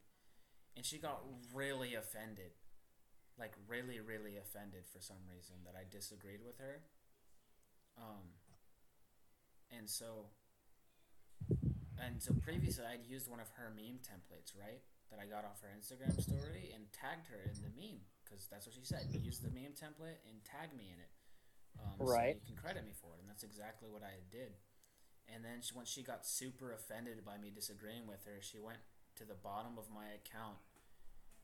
And she got really offended, like really, really offended for some reason that I disagreed with her. Um. And so and so previously I'd used one of her meme templates, right? That I got off her Instagram story and tagged her in the meme because that's what she said. Use the meme template and tag me in it. Um,
Right.
So you can credit me for it, and that's exactly what I did. And then she, once she got super offended by me disagreeing with her, she went to the bottom of my account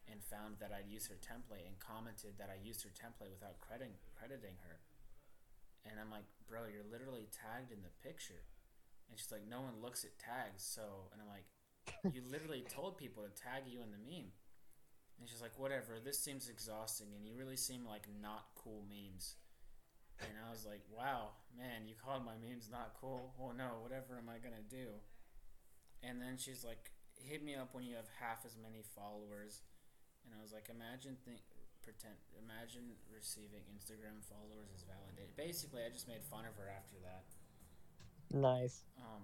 and found that I'd used her template and commented that I used her template without crediting crediting her. And I'm like, bro, you're literally tagged in the picture. And she's like, no one looks at tags, so. And I'm like, you literally told people to tag you in the meme. And she's like, whatever, this seems exhausting, and you really seem like not cool memes. And I was like, wow, man, you called my memes not cool. Well, no, whatever am I gonna do? And then she's like, hit me up when you have half as many followers. And I was like, imagine think, pretend, imagine receiving Instagram followers as validated. Basically, I just made fun of her after that.
Nice.
Um,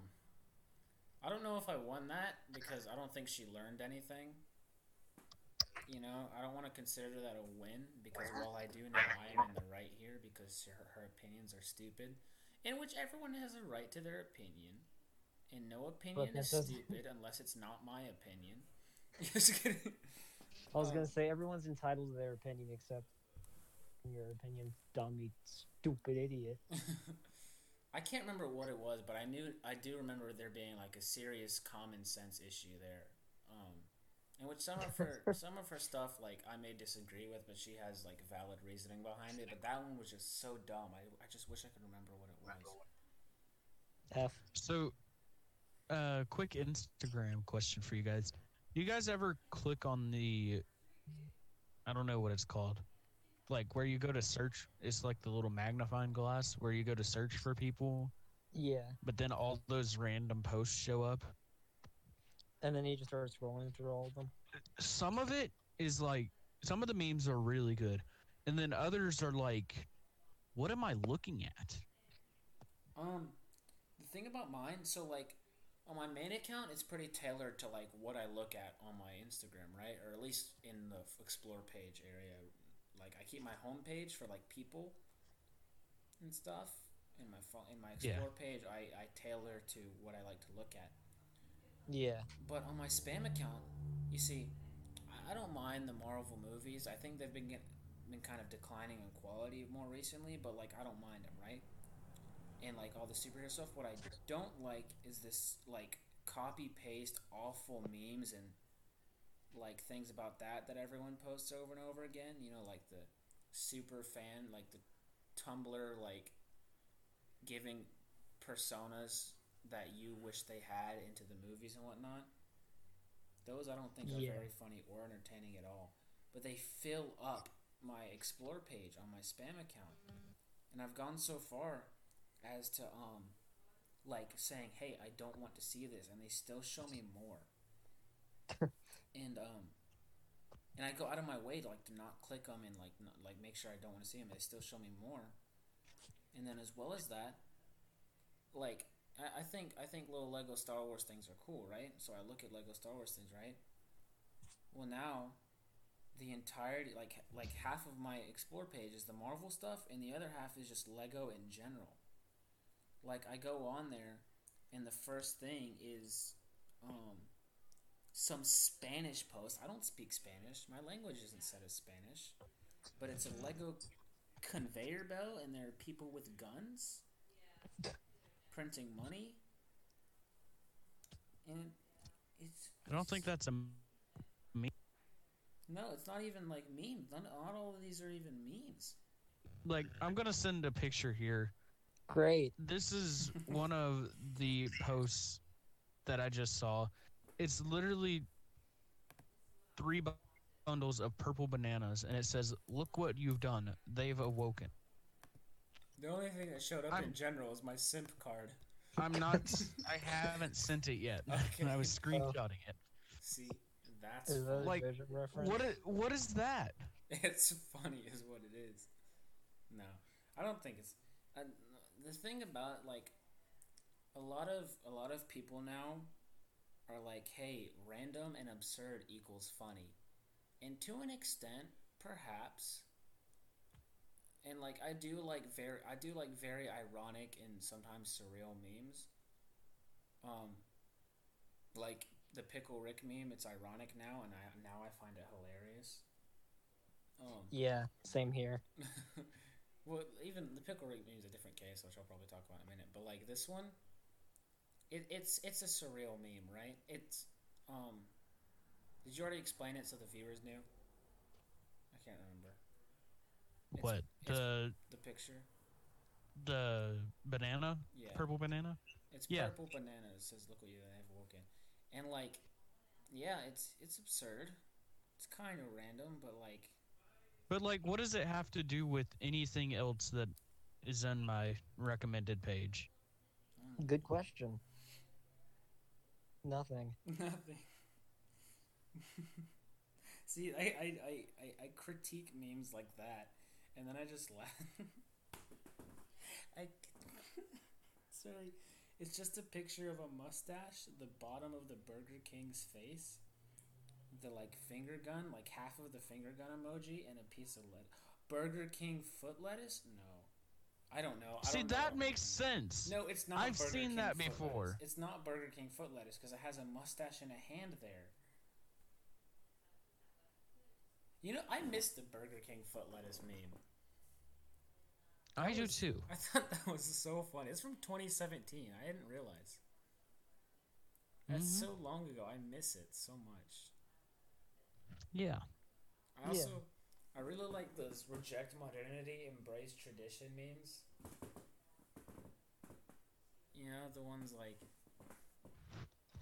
I don't know if I won that because I don't think she learned anything. You know, I don't want to consider that a win because while I do know I am in the right here because her, her opinions are stupid, in which everyone has a right to their opinion, and no opinion
that
is
doesn't-
stupid unless it's not my opinion. Just kidding.
I was
Um,
gonna say everyone's entitled to their opinion except your opinion, dummy, stupid idiot.
I can't remember what it was, but I knew I do remember there being like a serious common sense issue there, um, in which some of her some of her stuff like I may disagree with, but she has like valid reasoning behind it. But that one was just so dumb. I, I just wish I could remember what it was.
F.
so, uh, quick Instagram question for you guys. Do you guys ever click on the, I don't know what it's called, like where you go to search? It's like the little magnifying glass where you go to search for people,
Yeah.
but then all those random posts show up.
And then he just starts scrolling through all of them.
some of it is like some of the memes are really good and then others are like what am i looking at
Um, the thing about mine, so like on my main account, it's pretty tailored to like what I look at on my Instagram, right? Or at least in the f- explore page area. Like I keep my homepage for like people and stuff. In my phone, in my
Yeah.
explore page, I, I tailor to what I like to look at.
Yeah.
But on my spam account, you see, I- I don't mind the Marvel movies. I think they've been get, been kind of declining in quality more recently, but like I don't mind them, right? And like all the superhero stuff. What I don't like is this like copy paste awful memes and like things about that that everyone posts over and over again. You know, like the super fan, like the Tumblr, like giving personas that you wish they had into the movies and whatnot. Those I don't think are
Yeah.
very funny or entertaining at all. But they fill up my explore page on my spam account. And I've gone so far as to um like saying, "Hey, I don't want to see this," and they still show me more. and um and I go out of my way to like to not click them and like not, like make sure I don't want to see them. They still show me more. And then as well as that, like I, I think I think little Lego Star Wars things are cool, right? So I look at Lego Star Wars things, right? Well, now the entirety, like like half of my explore page is the Marvel stuff, and the other half is just Lego in general. Like I go on there, and the first thing is, um, some Spanish post. I don't speak Spanish. My language isn't set as Spanish, but it's a Lego conveyor belt, and there are people with guns printing money, and it's.
i don't think
that.
that's a
No, it's not even like memes. None, not all of these are even memes.
like i'm gonna send a picture here
Great.
this is one of the posts that i just saw it's literally three bu- bundles of purple bananas and it says look what you've done they've awoken
The only thing that showed up in
I'm-
general is my simp card.
I'm not. s- I haven't sent it yet.
Okay.
I was screenshotting it.
See, that's
Is that
funny.
Like,
a vision reference?
What? i- What is that?
it's funny is what it is. No, I don't think it's I, the thing about like a lot of a lot of people now are like, hey, random and absurd equals funny, and to an extent, perhaps. And like I do like very I do like very ironic and sometimes surreal memes. Um, like the pickle Rick meme, it's ironic now, and I now I find it hilarious. Um,
yeah, same here.
well, even the pickle rig meme is a different case, which I'll probably talk about in a minute. But like this one, it, it's it's a surreal meme, right? It's um, did you already explain it so the viewers knew? I can't remember It's-
What
it's-
the
the picture.
the banana?
Yeah,
Purple banana?
it's
yeah.
purple banana. It says, "Look what you have woken," and like, yeah, it's it's absurd. It's kind of random, but like,
But like, what does it have to do with anything else that is on my recommended page?
mm,
Good question. Nothing.
Nothing. See, I, I, I, I, I critique memes like that, and then I just laugh. I, sorry, it's just a picture of a mustache, the bottom of the Burger King's face, the like finger gun, like half of the finger gun emoji, and a piece of let Burger King foot lettuce. No, I don't know. I
See,
don't know
that
what-
makes sense.
no, it's not.
I've
Burger
seen
King
that
foot lettuce.
before.
It's not Burger King foot lettuce because it has a mustache and a hand there. You know, I missed the Burger King foot lettuce meme.
I do too.
I thought that was so funny. It's from 2017. I didn't realize. That's
Mhm.
so long ago. I miss it so much.
Yeah.
I also, I really like those reject modernity, embrace tradition memes. You know the ones like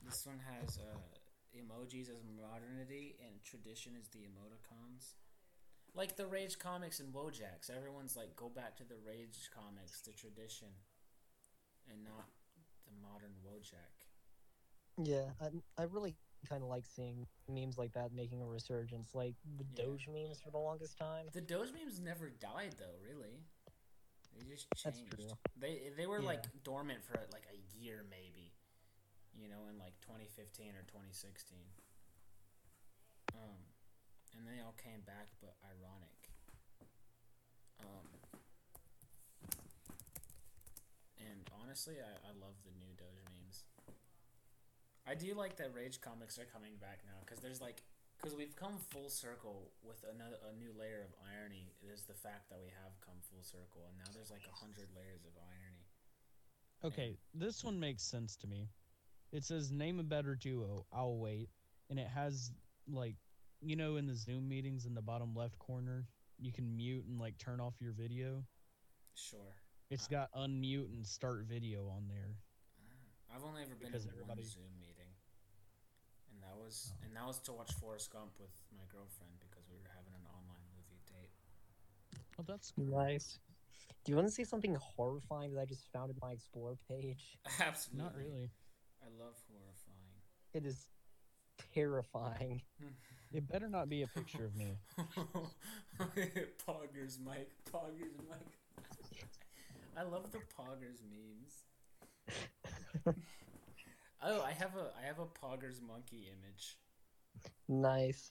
this one has uh, emojis as modernity and tradition is the emoticons. Like the Rage comics and Wojaks, everyone's like go back to the Rage comics, the tradition, and not the modern Wojak.
Yeah, I, I really kind of like seeing memes like that making a resurgence, like the
Yeah.
Doge memes for the longest time.
The Doge memes never died though, really. They just
That's
changed.
true.
They they were like dormant for like a year maybe. You know, in like 2015 or 2016. Um and they all came back but ironic. Um and honestly, I, I love the new Doge memes. I do like that Rage comics are coming back now because there's like because we've come full circle with another a new layer of irony. It is the fact that we have come full circle, and now there's like a hundred layers of irony.
Okay, this one makes sense to me. It says name a better duo. I'll wait, and it has like, you know, in the Zoom meetings in the bottom left corner, you can mute and like turn off your video.
Sure,
It's got unmute and start video on there.
Ah, I've only ever been
Because
in
everybody- Oh.
one Zoom meeting, and that was and that was to watch Forrest Gump with my girlfriend because we were having an online movie date.
Oh, that's
Nice. Do you want to see something horrifying that I just found in my Explore page?
Absolutely,
not really.
I love horrifying.
It is terrifying.
It better not be a picture of me.
poggers, Mike. Poggers, Mike. I love the poggers memes. oh, I have a I have a poggers monkey image,
Nice.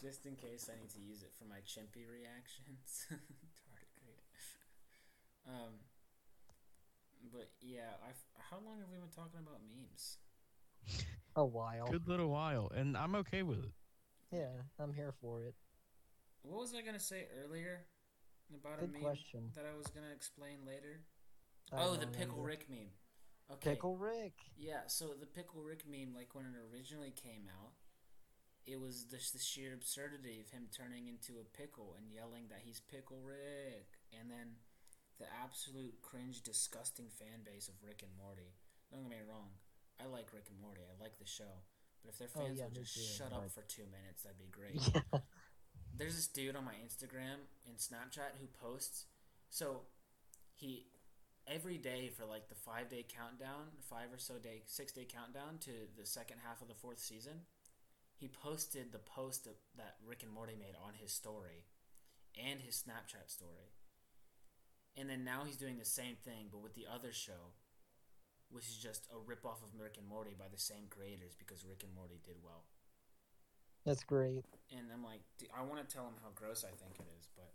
just in case I need to use it for my chimpy reactions. Tardigrade. Um, but yeah, I how long have we been talking about memes?
A while.
Good little while, and I'm okay with it.
Yeah, I'm here for it.
What was I gonna say earlier about a
Good
meme
question.
that I was gonna explain later?
I
oh, the
don't
pickle
remember.
Rick meme. Okay.
Pickle Rick.
Yeah, so the Pickle Rick meme, like when it originally came out, it was the, the sheer absurdity of him turning into a pickle and yelling that he's Pickle Rick, and then the absolute cringe, disgusting fan base of Rick and Morty. Don't get me wrong, I like Rick and Morty, I like the show, but if their
Oh,
fans
yeah,
would
me
just
too,
shut
like-
up for two minutes, that'd be great
Yeah.
there's this dude on my Instagram and Snapchat who posts. So he every day for like the five day countdown, five or so day, six day countdown to the second half of the fourth season, he posted the post that, that Rick and Morty made on his story and his Snapchat story. And then now he's doing the same thing, but with the other show, which is just a ripoff of Rick and Morty by the same creators because Rick and Morty did well.
That's great.
And I'm like, D- I want to tell him how gross I think it is, but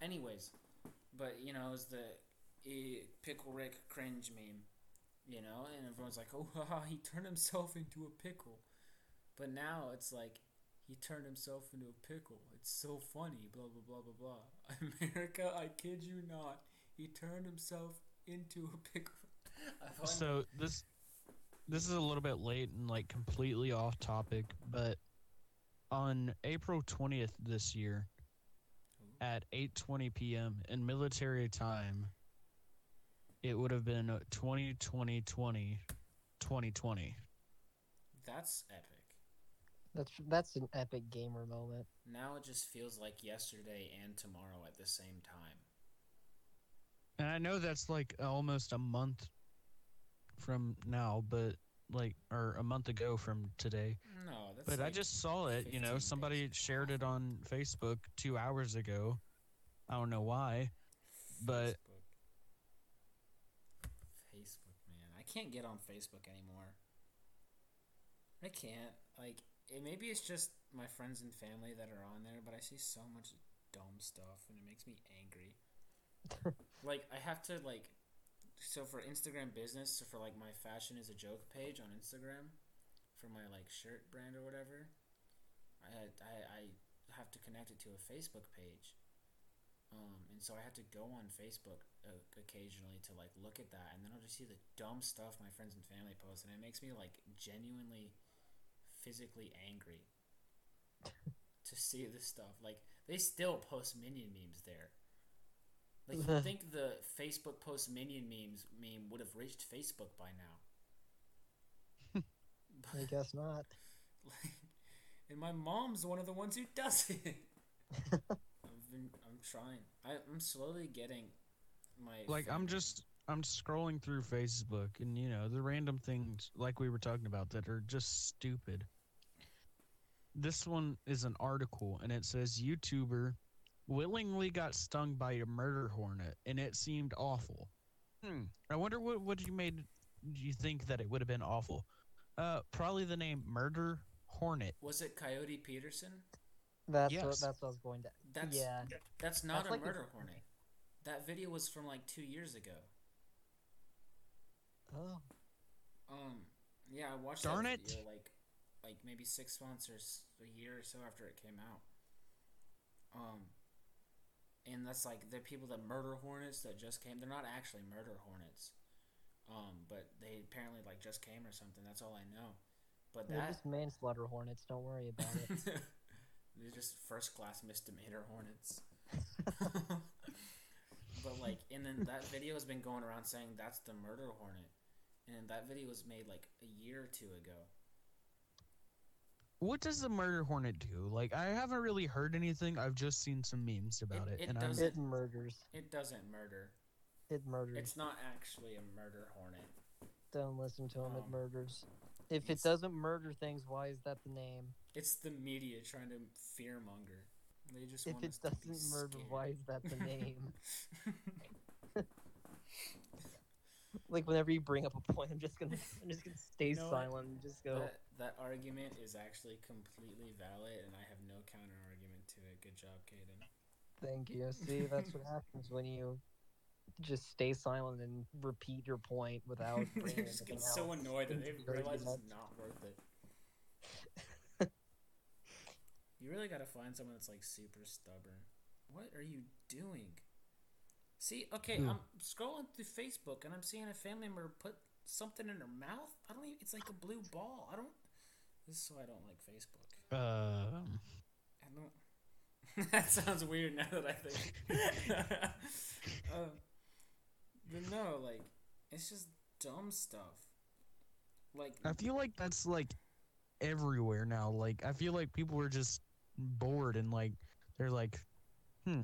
anyways, but you know, it's the eh, pickle Rick cringe meme, you know, and everyone's like, oh, haha, he turned himself into a pickle, but now it's like. He turned himself into a pickle. It's so funny. Blah blah blah blah blah. America, I kid you not. He turned himself into a pickle. I find
So this this is a little bit late and like completely off topic, but on April 20th this year at 8:20 p.m. in military time, it would have been 2020 20 2020.
That's epic.
That's that's an epic gamer moment.
Now it just feels like yesterday and tomorrow at the same time.
And I know that's like almost a month from now, but like or a month ago from today.
No, that's.
But I
like-
just saw it, you
15
know,
days.
somebody shared it on Facebook 2 hours ago. I don't know why. but-
Facebook. Facebook, man, I can't get on Facebook anymore. I can't. Like, it, maybe it's just my friends and family that are on there, but I see so much dumb stuff, and it makes me angry. like, I have to like. So for Instagram business, so for like my fashion is a joke page on Instagram, for my like shirt brand or whatever, I had, I I have to connect it to a Facebook page. Um, and so I had to go on Facebook uh, occasionally to like look at that, and then I'll just see the dumb stuff my friends and family post, and it makes me like genuinely, physically angry. to see this stuff, like they still post minion memes there. Like you think the Facebook post minion memes meme would have reached Facebook by now?
I
But,
guess not.
like, and my mom's one of the ones who does it. I've been, I'm trying. I, I'm slowly getting my.
Like I'm
finger-
just I'm scrolling through Facebook and you know, the random things like we were talking about that are just stupid. This one is an article and it says YouTuber willingly got stung by a murder hornet and it seemed awful. Hmm. I wonder what what you made you think that it would have been awful. Uh probably the name Murder Hornet.
Was it Coyote Peterson?
That's what,
Yes.
that's what I was going to.
That's
yeah,
that's not
That's
a
like the-
murder hornet. That video was from like two years ago.
Oh,
Um, yeah, I watched
Darn
that
it.
video like like maybe six months or s- a year or so after it came out. Um, and that's like they're people that murder hornets that just came. They're not actually murder hornets, um, but they apparently like just came or something. That's all I know. But
they're
that
just manslaughter hornets. Don't worry about it.
They're just first class misdemeanor hornets. but like, and then that video has been going around saying that's the murder hornet, and that video was made like a year or two ago.
What does the murder hornet do? Like I haven't really heard anything. I've just seen some memes about
It-
it,
it
and I'm
does-
it murders.
It doesn't murder.
It murders.
It's not actually a murder hornet.
Don't listen to him. it
Um,
murders. If
it's-
it doesn't murder things, why is that the name?
It's the media trying to fearmonger. They just
If
want
it
us to be
doesn't murder,
scared.
why is that the name? like whenever you bring up a point, I'm just gonna I'm just gonna stay
You know what?
silent and just go.
That, that argument is actually completely valid, and I have no counter argument to it. Good job, Caden.
Thank you. See, that's what happens when you just stay silent and repeat your point without. bringing
They're just
anything
getting so
else
annoyed that
into
they
the
realize it's
argument.
not worth it. you really gotta find someone that's like super stubborn. What are you doing? See, okay,
Hmm.
I'm scrolling through Facebook and I'm seeing a family member put something in her mouth. I don't even. It's like a blue ball. I don't. This is why I don't like Facebook.
uh,
I don't. that sounds weird now that I think. um, but no, like it's just dumb stuff. Like
I feel like that's like everywhere now. Like I feel like people are just bored and like they're like, hmm,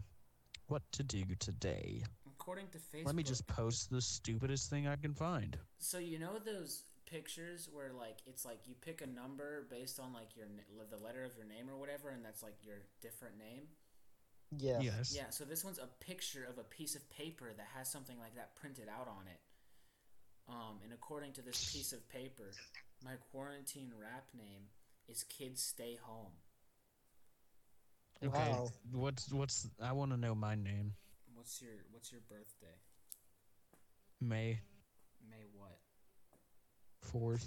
what to do today?
of according to Facebook.
Let me just post the stupidest thing I can find.
So you know those pictures where like it's like you pick a number based on like your n- the letter of your name or whatever, and that's like your different name.
Yes.
Yes.
Yeah. So this one's a picture of a piece of paper that has something like that printed out on it. Um, and according to this piece of paper, my quarantine rap name is "Kids Stay Home."
Okay.
Wow.
What's what's I want to know my name.
What's your What's your birthday?
May
May what?
4th.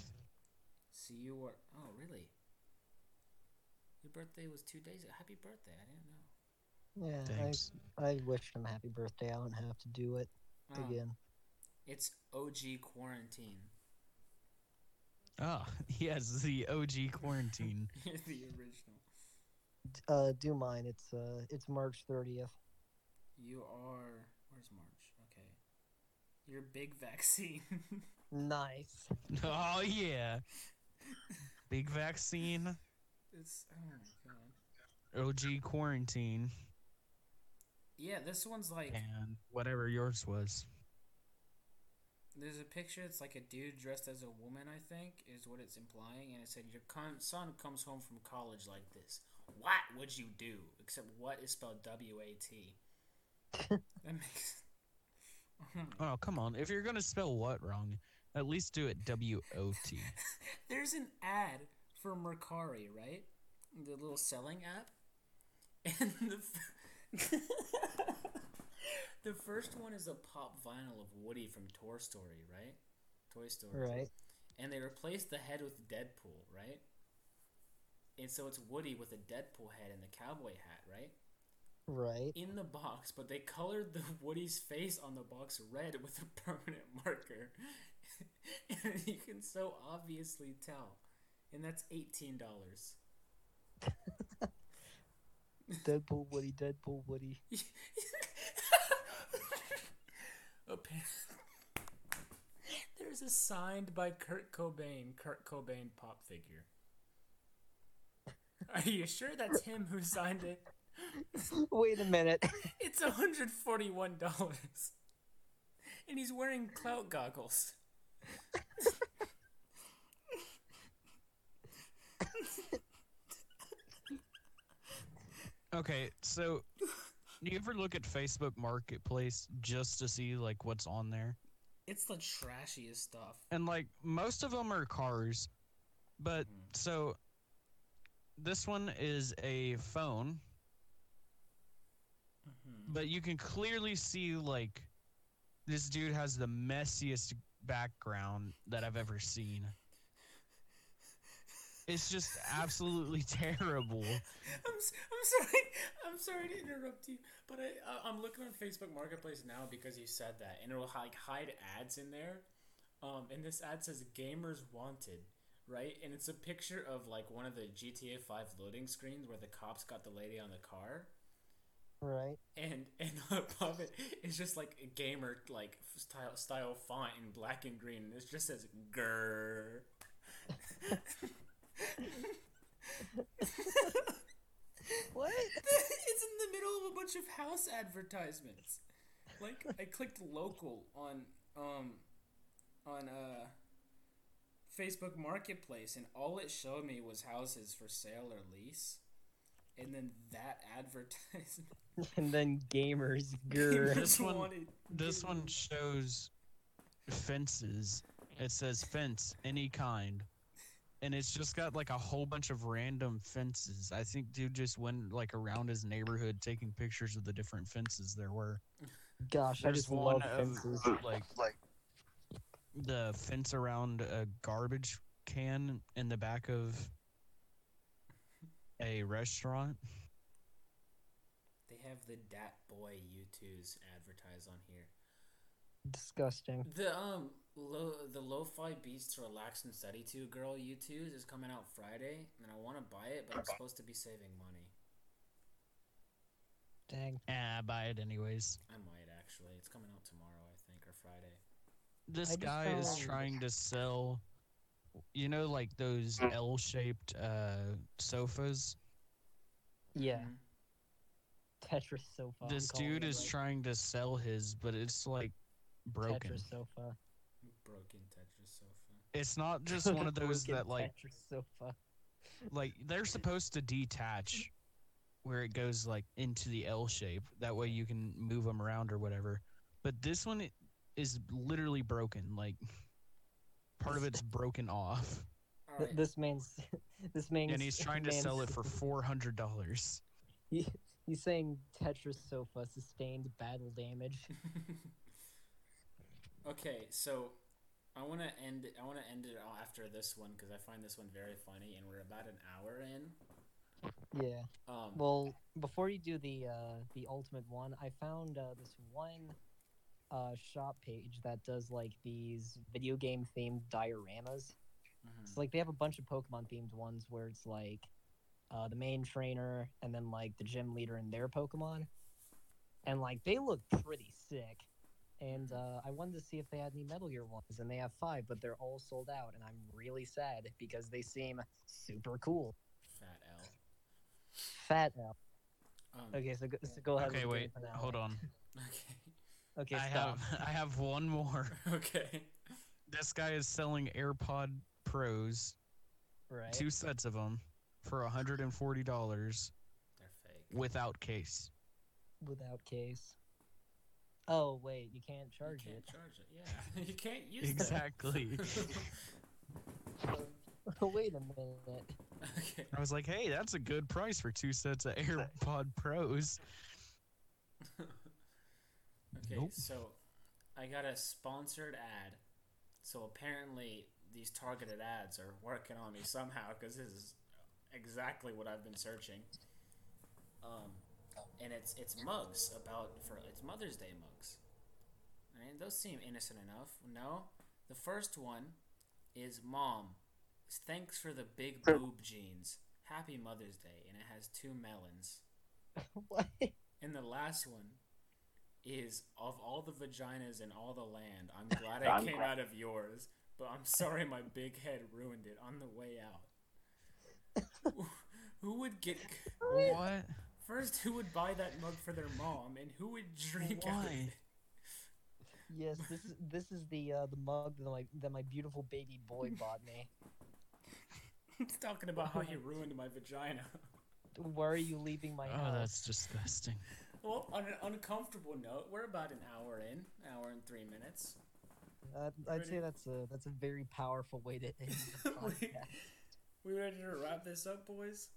See you are. Oh, really? Your birthday was two days. Happy birthday! I didn't know.
Yeah.
Thanks.
I, I wished him happy birthday. I don't have to do it
Oh,
again.
It's OG quarantine.
Ah, yes, the OG quarantine.
the original.
D- Uh, do mine. It's uh, it's March thirtieth.
You are. Where's March? Okay. Your big vaccine.
Nice.
oh yeah. Big vaccine,
it's. Oh my god.
OG quarantine,
Yeah, this one's like.
and whatever yours was.
There's a picture. It's like a dude dressed as a woman. I think is what it's implying, and it said your con- son comes home from college like this. What would you do? Except what is spelled W A T. That makes.
Oh come on! If you're gonna spell what wrong, at least do it W O T.
There's an ad for Mercari, right? The little selling app. And the, f- the first one is a pop vinyl of Woody from Toy Story, right? Toy Story.
Right.
And they replaced the head with Deadpool, right? And so it's Woody with a Deadpool head and the cowboy hat, right?
Right.
In the box, but they colored the Woody's face on the box red with a permanent marker. and you can so obviously tell. And that's $18.
Deadpool Woody. Deadpool Woody.
Appa- There's a signed by Kurt Cobain, Kurt Cobain pop figure. Are you sure that's him who signed it?
Wait a minute.
It's $141. And he's wearing clout goggles.
Okay, so do you ever look at Facebook Marketplace just to see like what's on there?
It's the trashiest stuff.
And like most of them are cars, but
Mhm.
so this one is a phone,
Mm-hmm.
but you can clearly see like this dude has the messiest background that I've ever seen. It's just absolutely terrible.
I'm, s- I'm sorry. I'm sorry to interrupt you, but I, I- I'm looking on Facebook Marketplace now because you said that, and it'll like hide ads in there. Um, and this ad says "Gamers Wanted," right? And it's a picture of like one of the GTA Five loading screens where the cops got the lady on the car,
Right.
and and above it is just like a gamer like style style font in black and green, and it just says "Grr."
What?
it's in the middle of a bunch of house advertisements. Like I clicked local on um on uh Facebook Marketplace and all it showed me was houses for sale or lease. And then that advertisement.
and then gamers, grr.
This one-
wanted-
This one shows fences. It says fence, any kind. And it's just got like a whole bunch of random fences. I think dude just went like around his neighborhood taking pictures of the different fences there were.
Gosh, I
There's
just
one
love
of
fences.
like like the fence around a garbage can in the back of a restaurant.
They have the Dat Boy U2s advertise on here.
Disgusting.
The um lo the lo-fi beats to relax and study to girl U2s is coming out Friday, and I want to buy it, but I'm supposed to be saving money.
Dang.
Ah, buy it anyways.
I might actually. It's coming out tomorrow, I think, or Friday.
This
I just
guy is
found-
trying to sell, you know, like those L-shaped uh, sofas.
Mm-hmm.
Yeah.
Mm.
Tetris sofa. I'm
this
calling
dude
it,
is
like,
trying to sell his, but it's like broken.
Tetris sofa.
Broken Tetris sofa.
It's not just one of those
Broken
that like
Tetris sofa.
like they're supposed to detach where it goes like into the L shape. That way you can move them around or whatever. But this one is literally broken. Like part of it's broken off.
All
Th-
right.
This man's this man's
And he's trying to
man's-
sell it for four hundred dollars.
He, he's saying Tetris sofa sustained battle damage.
okay, so I want to end. I want to end it all after this one because I find this one very funny, and we're about an hour in.
Yeah.
Um,
Well, before you do the uh, the ultimate one, I found uh, this one uh, shop page that does like these video game themed dioramas.
mhm.
So like they have a bunch of Pokemon themed ones where it's like uh, the main trainer and then like the gym leader and their Pokemon, and like they look pretty sick. And uh, I wanted to see if they had any Metal Gear ones, and they have five, but they're all sold out, and I'm really sad because they seem super cool.
fat L.
Fat L.
Um, okay.
Okay, so go, so go ahead.
Okay,
and do
wait,
it for now.
hold on.
Okay,
I
stop.
have I have one more.
Okay.
This guy is selling AirPod Pros,
Right.
two sets of them, for hundred and forty dollars
They're fake.
without case.
Without case. Oh wait, you can't
you
charge
can't
it.
charge it. Yeah, you can't use them.
Exactly.
wait a minute.
okay.
I was like, hey, that's a good price for two sets of AirPod Pros.
Okay,
Nope.
so I got a sponsored ad. So apparently these targeted ads are working on me somehow because this is exactly what I've been searching. Um, and it's it's mugs about for it's Mother's Day mugs. And those seem innocent enough. No, the first one is mom. Thanks for the big boob jeans. Happy Mother's Day, and it has two melons.
what?
And the last one is of all the vaginas in all the land, I'm glad I
I'm
came
glad-
out of yours, but I'm sorry my big head ruined it on the way out. Who- who would get
what?
first? Who would buy that mug for their mom, and who would drink out of
Why?
it?
Yes, this is this is the uh, the mug that my that my beautiful baby boy bought me.
He's talking about how he ruined my vagina.
Where are you leaving my
Oh,
house?
that's disgusting.
Well, on an uncomfortable note, we're about an hour in, an hour and three minutes.
Uh, I'd say
pretty-
that's a that's a very powerful way to end the
we,
podcast.
we ready to wrap this up, boys?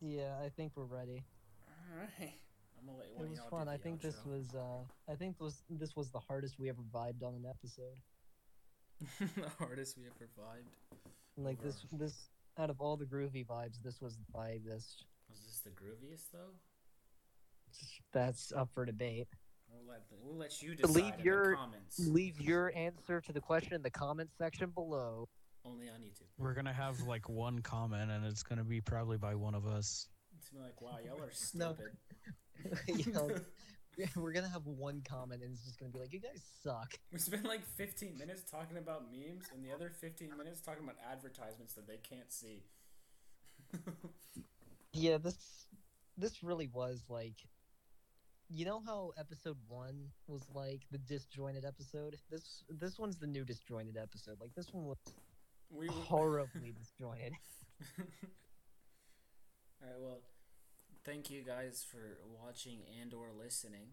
yeah, I think we're ready.
All right. I'm gonna let
It
one of
was
y'all do
fun. I
the
think this
outro.
was uh, I think was this was the hardest we ever vibed on an episode.
the hardest we ever vibed.
And, Like this
Right.
this out of all the groovy vibes, this was the vibest.
Was this the grooviest though?
That's up for debate.
We'll let the, we'll let you decide
Leave
in the
your-
comments.
Leave your answer to the question in the comments section below.
Only on YouTube.
We're going to have like one comment, and it's going to be probably by one of us.
It's gonna be like, wow, y'all are
No.
stupid.
You know, we're gonna have one comment, and it's just gonna be like, "You guys suck."
we spent like 15 minutes talking about memes, and the other 15 minutes talking about advertisements that they can't see.
Yeah, this this really was like you know how episode 1 was like the disjointed episode? This this one's the new disjointed episode. Like this one was
we
horribly disjointed.
All right. Well, thank you guys for watching and or listening.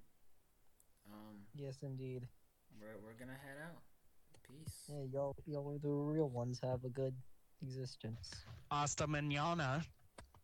Um,
Yes, indeed.
we're we're gonna head out. Peace.
Yeah, y'all y'all are the real ones have a good existence.
Hasta mañana.